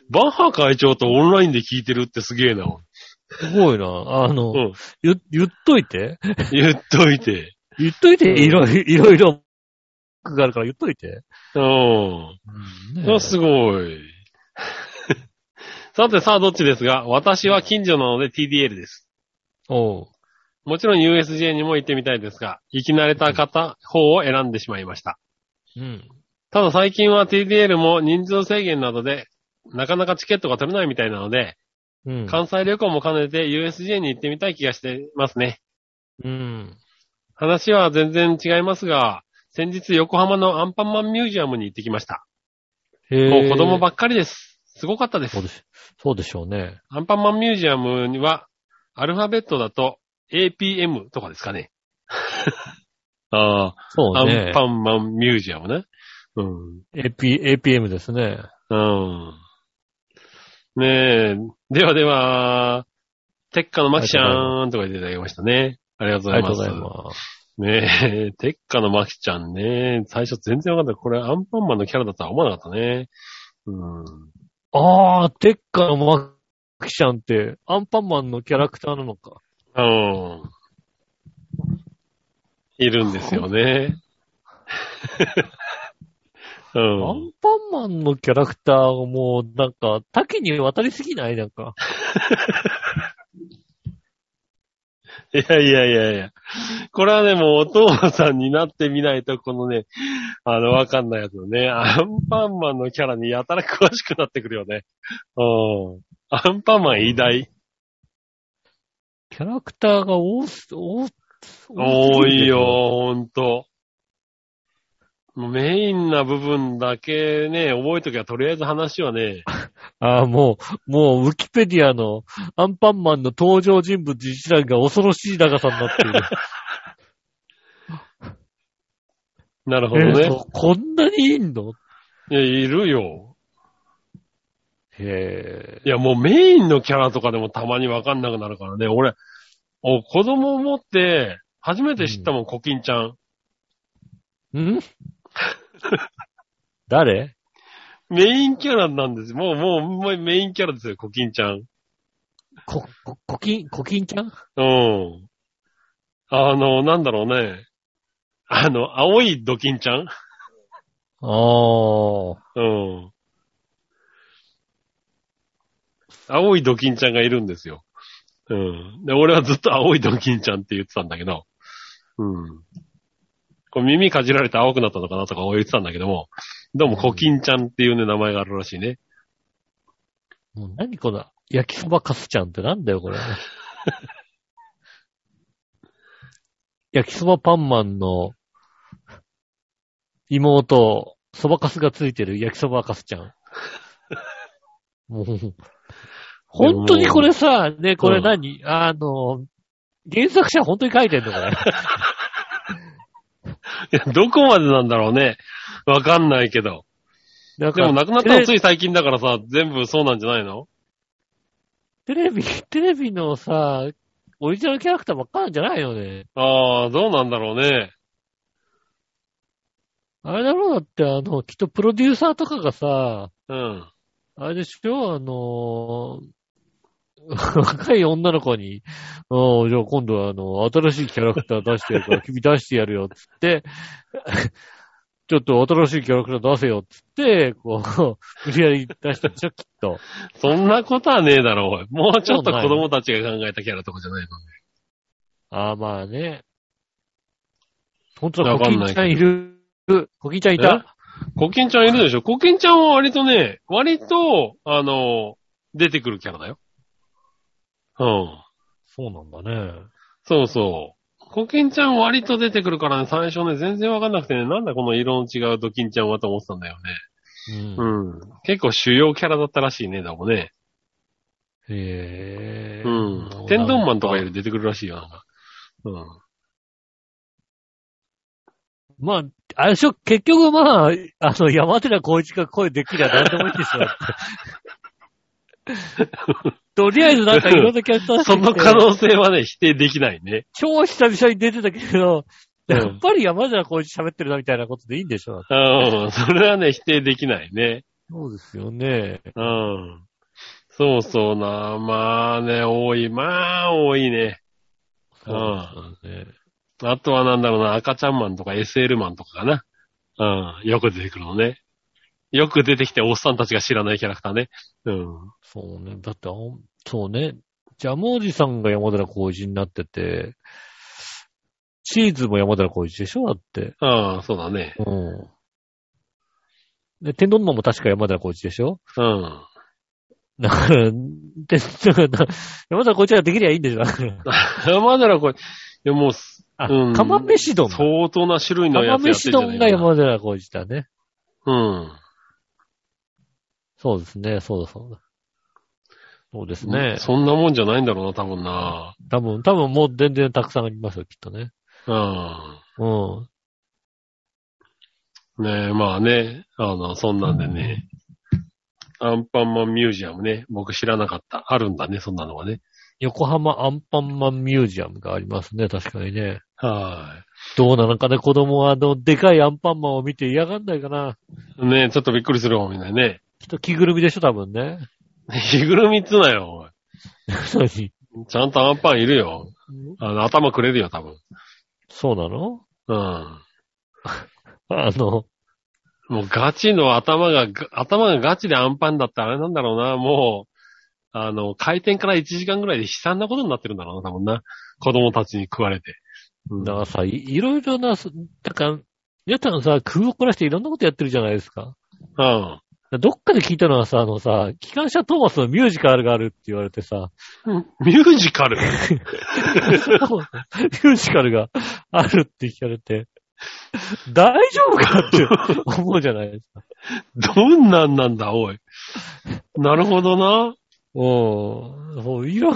Speaker 3: バッハ会長とオンラインで聞いてるってすげえな。
Speaker 2: すごいな。あの、
Speaker 3: うん
Speaker 2: 言言っといて。
Speaker 3: 言っといて。
Speaker 2: 言っといて、いろいろ、いろいろ、があるから言っといて。
Speaker 3: うん。
Speaker 2: ね
Speaker 3: それはすごい。 さてさあどっちですが、私は近所なので TDL です。
Speaker 2: おう。
Speaker 3: もちろん USJ にも行ってみたいですが、行き慣れた方、方を選んでしまいました。
Speaker 2: うん。
Speaker 3: ただ最近は TDL も人数制限などで、なかなかチケットが取れないみたいなので、
Speaker 2: うん。
Speaker 3: 関西旅行も兼ねて USJ に行ってみたい気がしてますね。
Speaker 2: うん。
Speaker 3: 話は全然違いますが、先日横浜のアンパンマンミュージアムに行ってきました。
Speaker 2: へ
Speaker 3: もう子供ば
Speaker 2: っか
Speaker 3: っかりです。すごかったです
Speaker 2: そう。でしそうでしょうね。
Speaker 3: アンパンマンミュージアムには、アルファベットだと APM とかです かね。あ
Speaker 2: そ
Speaker 3: あ、
Speaker 2: うね
Speaker 3: アン。パンマンミュージアムね。うん。
Speaker 2: AP、APM ですね。
Speaker 3: うん。ねえ。ではでは、テッカのマキちゃんとか言っていただきましたね。ありがとうご
Speaker 2: あ
Speaker 3: ざい
Speaker 2: りが
Speaker 3: ま
Speaker 2: と
Speaker 3: す。
Speaker 2: うございます。
Speaker 3: ねえ、 テッカのマキちゃんね。最初全然わかんない。これアンパンマンのキャラだとは思わなかったね。うん。
Speaker 2: ああ、テッカのマキちゃんって、アンパンマンのキャラクターなのか。
Speaker 3: うん。いるんですよね。う
Speaker 2: ア
Speaker 3: ん。
Speaker 2: ンパンマンのキャラクターがもう、なんか、多岐に渡りすぎないなんか。
Speaker 3: いやいやいやいや。これはね、もうお父さんになってみないと、このね、あの、わかんないやつのね、アンパンマンのキャラにやたら詳しくなってくるよね。うん。アンパンマン偉大。
Speaker 2: キャラクターが多す、多す、す
Speaker 3: 多
Speaker 2: ぎるで
Speaker 3: い
Speaker 2: し
Speaker 3: よ、
Speaker 2: ょ。
Speaker 3: ほんと。もうメインな部分だけね、覚えときゃとりあえず話は ね、
Speaker 2: ああ、もう、もう、ウィキペディアのアンパンマンの登場人物一覧が恐ろしい長さにな っている。
Speaker 3: なるほどね。
Speaker 2: えーそうこんなにいいの
Speaker 3: いや、いるよ。
Speaker 2: へえ。
Speaker 3: いや、もうメインのキャラとかでもたまにわかんなくなるからね。俺、お子供を持って、初めて知ったもん、コキンちゃん。
Speaker 2: ん 誰
Speaker 3: メインキャラなんですよ。もう、もう、もうメインキャラですよ、コキンちゃん。
Speaker 2: こ、こ、コキン、コキンちゃん
Speaker 3: うん。あの、なんだろうね。あの、青いドキンちゃん
Speaker 2: ああ。
Speaker 3: うん。青いドキンちゃんがいるんですよ。うん。で、俺はずっと青いドキンちゃんって言ってたんだけど、うん。こう耳かじられて青くなったのかなとか俺言ってたんだけども、どうもコキンちゃんっていうね、名前があるらしいね。
Speaker 2: もう何この、焼きそばかすちゃんってなんだよ、こ れ。焼きそばパンマンの妹、そばかすがついてる焼きそばかすち ゃん。もう、本当にこれさ、ね、これ何、あの、原作者本当に書いてんの かね。
Speaker 3: いやどこまでなんだろうね。わかんないけど。
Speaker 2: なん
Speaker 3: で
Speaker 2: か
Speaker 3: も亡くなったの
Speaker 2: テ
Speaker 3: つ
Speaker 2: レ
Speaker 3: い最近だからさ、全部そうなんじゃないの
Speaker 2: テレビ、テレビのさ、オリジナルキャラクターばっかなんじゃないよね。
Speaker 3: ああ、どうなんだろうね。
Speaker 2: あれだろうだって、あの、きっとプロデューサーとかがさ、
Speaker 3: うん。
Speaker 2: あれでしょあの ー若い女の子に、うんじゃあ今度はあの、新しいキャラクター出してやるから、君出してやるよ、つって、 ちょっと新しいキャラクター出せよ、つって、こう、無 理やり出したでしょ、きっと。
Speaker 3: そんなことはねえだろおい。もうちょっと子供たちが考えたキャラとかじゃないの
Speaker 2: ああ、まあね。本当だ、
Speaker 3: わ
Speaker 2: コ
Speaker 3: か
Speaker 2: キ
Speaker 3: ん
Speaker 2: ン
Speaker 3: ないけど
Speaker 2: ちゃんいる。コキンちゃんいた。
Speaker 3: コキンちゃんいるでしょコキンちゃんは割とね、割と、あの、出てくるキャラだよ。うん。
Speaker 2: そうなんだね。
Speaker 3: そうそう。コキンちゃん割と出てくるからね、最初ね、全然わかんなくてね、なんだこの色の違うドキンちゃんはと思ってたんだよね。
Speaker 2: うん。
Speaker 3: うん。結構主要キャラだったらしいね、だもんね。
Speaker 2: へえ。
Speaker 3: うん。天丼マンとかより出てくるらしいよ、なんか。うん。
Speaker 2: まあ、あれでしょ、結局まあ、あの、山寺宏一が声できりゃ何でもいいでしょ。 とりあえずなんかいろんなキャラクター出して
Speaker 3: そ
Speaker 2: きて
Speaker 3: の可能性はね、否定できないね。
Speaker 2: 超久々に出てたけど、
Speaker 3: うん
Speaker 2: やっぱり山寺宏一喋ってるなみたいなことでいいんでしょ。
Speaker 3: うん。それはね、否定できないね。
Speaker 2: そうですよね。
Speaker 3: うん。そうそうな。まあね、多い。まあ、多いね。
Speaker 2: そうですよね。
Speaker 3: あとはなんだろうな、赤ちゃんマンとか SL マンとかかな。うん。よく出てくるのね。よく出てきておっさんたちが知らないキャラクターね。うん。
Speaker 2: そうね。だってあん、そうね。ジャムおじさんが山寺浩一になってて、チーズも山寺浩一でしょだって。
Speaker 3: ああ、そうだね。
Speaker 2: うん。で、天丼マンも確か山寺浩一でしょ
Speaker 3: うん。
Speaker 2: だから、で、だから、 山寺浩一ができりゃいいんでしょ だから。
Speaker 3: 山寺これ、いやもうす、
Speaker 2: あ、
Speaker 3: うん
Speaker 2: 釜飯丼。
Speaker 3: 相当な種類のや
Speaker 2: 釜
Speaker 3: つ
Speaker 2: 飯
Speaker 3: やってんじゃな
Speaker 2: 丼が
Speaker 3: いかな。
Speaker 2: 山寺浩一だね。
Speaker 3: うん。
Speaker 2: そうですね、そうだそうだ。そうですね。
Speaker 3: そんなもんじゃないんだろうな、多分な。
Speaker 2: 多分、多分もう全然たくさんありますよ、きっとね。
Speaker 3: うん。
Speaker 2: うん。
Speaker 3: ねえ、まあね、あの、そんなんでね、アンパンマンミュージアムね、僕知らなかった。あるんだね、そんなのがね。
Speaker 2: 横浜アンパンマンミュージアムがありますね、確かにね。
Speaker 3: は
Speaker 2: どうなのかね、子供はあの、でかいアンパンマンを見て嫌がんないかな。
Speaker 3: い。ねえ、ちょっとびっくりするかもしれないね。
Speaker 2: きっと着ぐるみでしょ、多分ね。
Speaker 3: 着ぐるみっつなよ、おい
Speaker 2: 何
Speaker 3: ちゃんとアンパンいるよ。あの、頭くれるよ、多分。
Speaker 2: そうなの
Speaker 3: うん。
Speaker 2: あの、
Speaker 3: もうガチの頭が、が頭がガチでアンパンだったらあれなんだろうな、もう、あの、開店から1時間ぐらいで悲惨なことになってるんだろうな、多分な。子供たちに食われて。うん
Speaker 2: だからさ、いいろいろな、すだから、やったのさ、空を凝らしていろんなことやってるじゃないですか。
Speaker 3: うん。
Speaker 2: どっかで聞いたのはさ、あのさ、機関車トーマスのミュージカルがあるって言われてさ、
Speaker 3: ミュージカル
Speaker 2: ミュージカルがあるって聞かれて、大丈夫かって思うじゃないですか。
Speaker 3: どんなんなんだ、おい。なるほどな。
Speaker 2: うん。そういろ、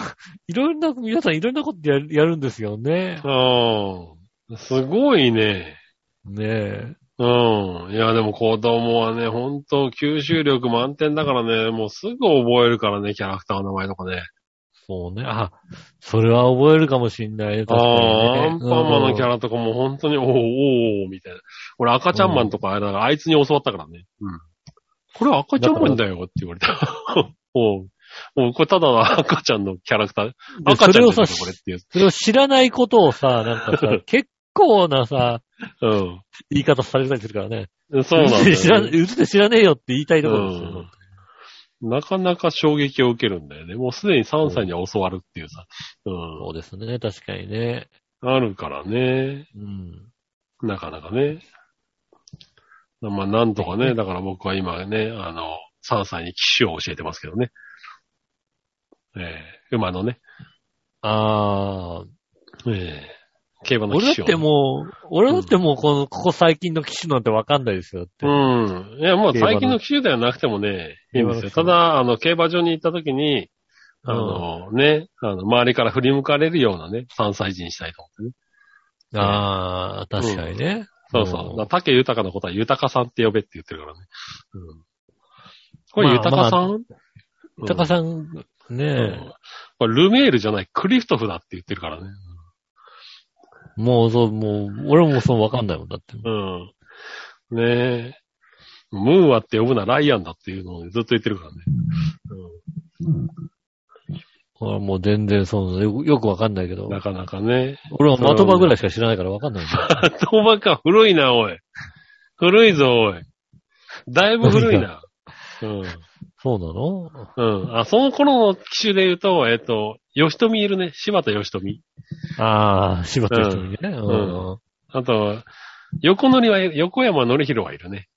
Speaker 2: いろんな、皆さんいろんなことやるやるんですよね。
Speaker 3: うん。すごいね。
Speaker 2: ねえ。
Speaker 3: うん。いや、でも子供はね、ほんと吸収力満点だからね、もうすぐ覚えるからね、キャラクターの名前とかね。
Speaker 2: そうね。あ、それは覚えるかもしんないね。
Speaker 3: あ
Speaker 2: 確かに
Speaker 3: あ、
Speaker 2: ね、
Speaker 3: アンパンマンのキ
Speaker 2: ラ。
Speaker 3: ャラとかも本当に、おーおーおーみたいな。俺赤ちゃんマンとかあれだから、あいつに教わったからね。うん。これ赤ちゃんマンだよって言われた。 おう。もうこれただの赤ちゃんのキャラクター。
Speaker 2: で
Speaker 3: 赤ちゃん
Speaker 2: それを
Speaker 3: だよ
Speaker 2: さ
Speaker 3: これっていう。
Speaker 2: それを知らないことをさ、なんか さ、結構なさ、
Speaker 3: うん。
Speaker 2: 言い方されたりするからね。
Speaker 3: そうなんだ
Speaker 2: う
Speaker 3: よ、
Speaker 2: つで知ら、
Speaker 3: ね。
Speaker 2: うつで知らねえよって言いたいところですよ。
Speaker 3: うん。なかなか衝撃を受けるんだよね。もうすでに3歳には教わるっていうさ。うん。
Speaker 2: そうですね。確かにね。
Speaker 3: あるからね。
Speaker 2: うん。
Speaker 3: なかなかね。まあ、なんとかね。だから僕は今ね、あの、3歳に騎手を教えてますけどね。ええ馬のね。
Speaker 2: ああ、
Speaker 3: ええ競馬の
Speaker 2: 俺だ
Speaker 3: 騎
Speaker 2: っ
Speaker 3: 手を、
Speaker 2: てもう、俺だってもうこの、ここ最近の機種なんてわかんないですよって。
Speaker 3: うん。いや、まあ
Speaker 2: 競馬の
Speaker 3: 最近の騎手ではなくてもね、いいんです
Speaker 2: 競馬の騎
Speaker 3: よ。
Speaker 2: 手
Speaker 3: ただ、あの、競馬場に行った時に、あの、ね、あの、周りから振り向かれるようなね、3歳児にしたいと思ってね。
Speaker 2: ああ、確かにね。
Speaker 3: そうそう。だ
Speaker 2: ん
Speaker 3: から竹豊のことは豊さんって呼べって言ってるからね。うん。これ豊さん、
Speaker 2: まあ
Speaker 3: うん
Speaker 2: 高さん、ね
Speaker 3: うんこれルメールじゃない、クリフトフだって言ってるからね。
Speaker 2: え、もうそう、もう、俺もそうわかんないもんだって。
Speaker 3: うん。ねえ。ムーアって呼ぶなライアンだっていうのをずっと言ってるからね。
Speaker 2: 俺はもう全然そう、よくよくわかんないけど
Speaker 3: うん、。なかなかね。
Speaker 2: 俺は的場ぐらいしか知らないからわかんないんだよ。
Speaker 3: 言葉か古いな、おい。古いぞ、おい。だいぶ古 いな。うん。
Speaker 2: そうなの
Speaker 3: うん。あ、その頃の機種で言うと、えっと、吉富いるね。柴田吉富。
Speaker 2: ああ、柴田人にね。
Speaker 3: ん
Speaker 2: う
Speaker 3: あと、横乗りは、横山乗り広はいるね。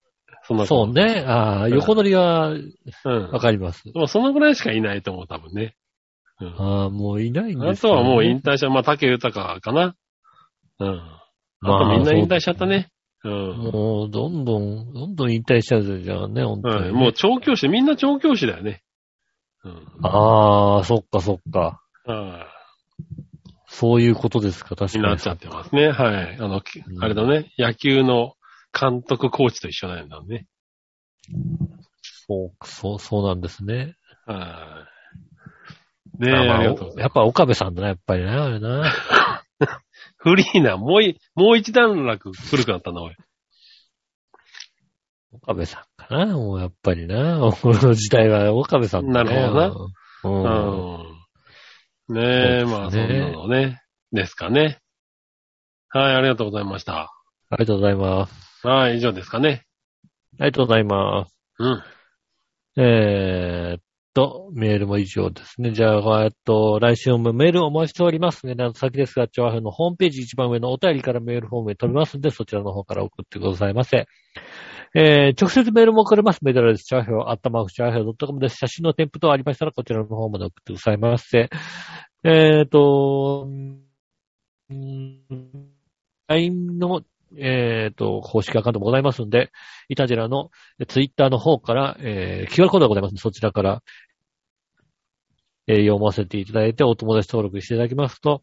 Speaker 3: そん
Speaker 2: ん。
Speaker 3: な
Speaker 2: そう。ね。ああ、横乗りは
Speaker 3: うん
Speaker 2: わ。かります。
Speaker 3: でもそのぐらいしかいないと思う、多分ね。うん。
Speaker 2: ああ、もういないんで
Speaker 3: あ
Speaker 2: す
Speaker 3: とはもう
Speaker 2: い
Speaker 3: 引退した、まあ、竹豊かな。うん。
Speaker 2: ま
Speaker 3: あ
Speaker 2: あ
Speaker 3: とみんな引退しちゃったね。うん。
Speaker 2: もう、どんどん、どんどん引退しちゃうじゃんね、本当に
Speaker 3: う
Speaker 2: ね。
Speaker 3: ん。もう調教師、みんな調教師だよね。うん。
Speaker 2: ああ、そっかそっか。
Speaker 3: あ
Speaker 2: そういうことですか、確か
Speaker 3: に
Speaker 2: に。
Speaker 3: なっちゃってますね。はい。あの、き
Speaker 2: うん
Speaker 3: あれだね。野球の監督、コーチと一緒なんだね。
Speaker 2: そう、そう、そうなんですね。
Speaker 3: はい。ねえ、
Speaker 2: ま
Speaker 3: ありがとうございます。
Speaker 2: やっぱ岡部さんだな、やっぱりな、あれな。
Speaker 3: フリーな、もうい、もう一段落古くなったな、おい。
Speaker 2: 岡部さんかな、もうやっぱりな。この時代は岡部さんだね。
Speaker 3: なる
Speaker 2: ほどうん。
Speaker 3: うん。ね
Speaker 2: そうですね
Speaker 3: え、まあそんなのね。ですかね。はい、ありがとうございました。
Speaker 2: ありがとうございます。
Speaker 3: はい、以上ですかね。
Speaker 2: ありがとうございます。
Speaker 3: うん。
Speaker 2: えーっと、メールも以上ですね。じゃあ、えっと、来週もメールをお待ちしておりますね。など先ですが、調和編のホームページ一番上のお便りからメールフォームへ飛びますので、そちらの方から送ってくださいませ。えー、直接メールも送れます。メールアドレス、チャーヒョー、アットマークチャーヒョー .com です。写真の添付等ありましたら、こちらの方まで送ってくださいませ。えっ、ー、と、うーん LINE の、えっ、と、公式アカウントもございますので、イタジェラのツイッターの方から、えー、QR コードがございますので、そちらから、えー読ませていただいて、お友達登録していただきますと、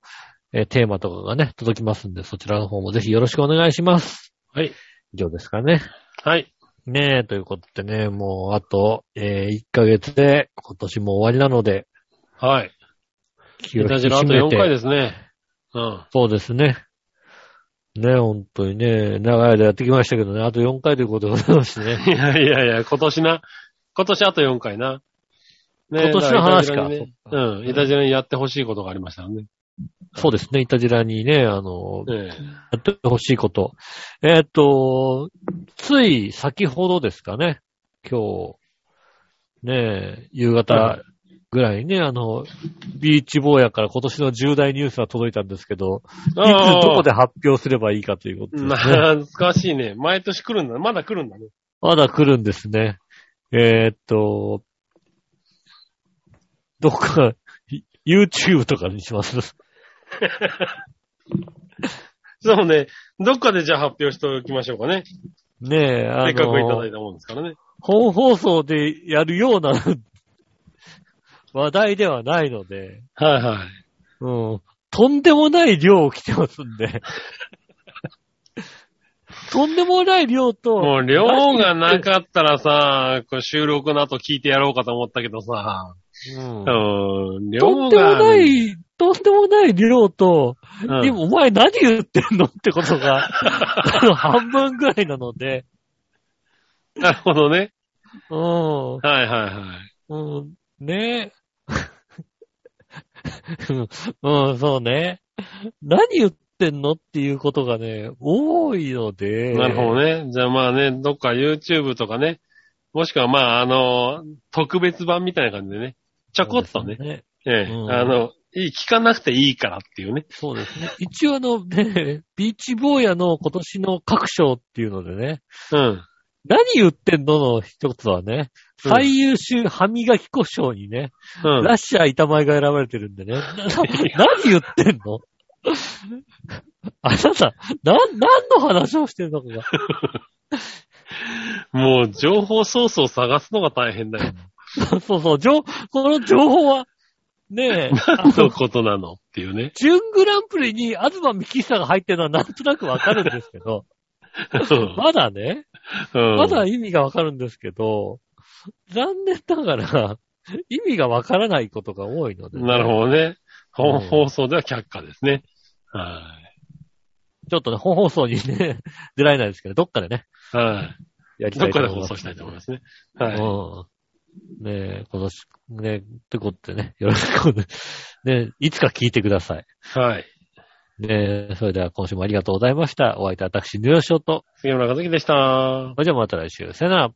Speaker 2: えーテーマとかがね、届きますんで、そちらの方もぜひよろしくお願いします。
Speaker 3: はい。
Speaker 2: 以上ですかね。
Speaker 3: はい。
Speaker 2: ねえ、ということでね、もうあと、え1ヶ月で今年も終わりなので、
Speaker 3: はい。
Speaker 2: 気
Speaker 3: イ
Speaker 2: を引
Speaker 3: タ
Speaker 2: き
Speaker 3: ジェラあ
Speaker 2: 締
Speaker 3: と
Speaker 2: め
Speaker 3: 4
Speaker 2: て。
Speaker 3: 回ですね。うん。
Speaker 2: そうですね。ねえ、本当にね、長い間やってきましたけどね、あと4回ということでございますね。
Speaker 3: いやいやいや、今年な。今年あと4回な。ね
Speaker 2: 今年の話か
Speaker 3: だらイタジェラにね
Speaker 2: そっか
Speaker 3: うん。イタジェラにやってほしいことがありましたね。
Speaker 2: そうですね、イタジラにね、あの、
Speaker 3: ええ
Speaker 2: やってほしいこと。えーっと、つい先ほどですかね、今日、ねえ、夕方ぐらいにね、あの、ビーチ坊やから今年の重大ニュースが届いたんですけど、いつど
Speaker 3: ああ
Speaker 2: こで発表すればいいかということですね。
Speaker 3: 懐かしいね。毎年来るんだ。まだ来るんだね。
Speaker 2: まだ来るんですね。えーっと、どっか、い YouTube とかにします。
Speaker 3: そうね。どっかでじゃあ発表しておきましょうかね。
Speaker 2: ねえ、あ
Speaker 3: せっかくいただい
Speaker 2: の、
Speaker 3: たもんですからね。
Speaker 2: 本放送でやるような 話題ではないので、
Speaker 3: はいはい。
Speaker 2: うん、とんでもない量来てますんで。 とんでもない量と、
Speaker 3: もう量がなかったらさ、こう収録の後聞いてやろうかと思ったけどさ、
Speaker 2: うん
Speaker 3: うん、量が。
Speaker 2: とんでもな、い、とんでもない量と、
Speaker 3: うん、
Speaker 2: でもお前何言ってんのってこと が、あの半分ぐらいなので、
Speaker 3: なるほどね。
Speaker 2: うん
Speaker 3: はいはいはい。
Speaker 2: うん、ねえ。 うん、そうね。何言ってんのっていうことがね、多いので。
Speaker 3: なるほどね。じゃあまあね、どっか YouTube とかね、もしくはまああの、特別版みたいな感じでね、ちょこっとね、
Speaker 2: ね。
Speaker 3: ええ
Speaker 2: うん
Speaker 3: あの、いい、聞かなくていいからっていうね。
Speaker 2: そうですね。一応あの、ね、ビーチ坊やの今年の各賞っていうのでね、
Speaker 3: うん。
Speaker 2: 何言ってんのの一つはね、
Speaker 3: うん
Speaker 2: 最優秀歯磨き子賞にね、
Speaker 3: うん。
Speaker 2: ラッシャー板前が選ばれてるんでね。なな何言ってんの あなた、な、何の話をしてるのかが。
Speaker 3: もう情報ソースを探すのが大 変だよ。
Speaker 2: そうそう、情、この情報は、ねえ、 あ
Speaker 3: 何の
Speaker 2: の、
Speaker 3: ことなのっていうね。
Speaker 2: 準グランプリに東幹久が入ってるのはなんとなくわかるんですけど、
Speaker 3: うん
Speaker 2: まだね、
Speaker 3: うん
Speaker 2: まだ意味がわかるんですけど、残念ながら、意味がわからないことが多いので、
Speaker 3: なるほどね。
Speaker 2: うん
Speaker 3: 本放送では却下ですね。は
Speaker 2: ちょっとね、本放送にね、出られないですけど、どっかでね、
Speaker 3: い。は
Speaker 2: やり
Speaker 3: い。ど
Speaker 2: た
Speaker 3: っ
Speaker 2: いと
Speaker 3: かで
Speaker 2: 思い
Speaker 3: 放
Speaker 2: ます。
Speaker 3: 送したいと思いますね。はい。
Speaker 2: うん。ねえ、今年、ねえ、ってことでね、よろしくお願いねえ、いつか聞いてください。
Speaker 3: はい。
Speaker 2: ねえ、それでは今週もありがとうございました。お相手は私、ニューヨーショーと、
Speaker 3: 杉村和樹でした。
Speaker 2: それじゃあまた来週。さよなら。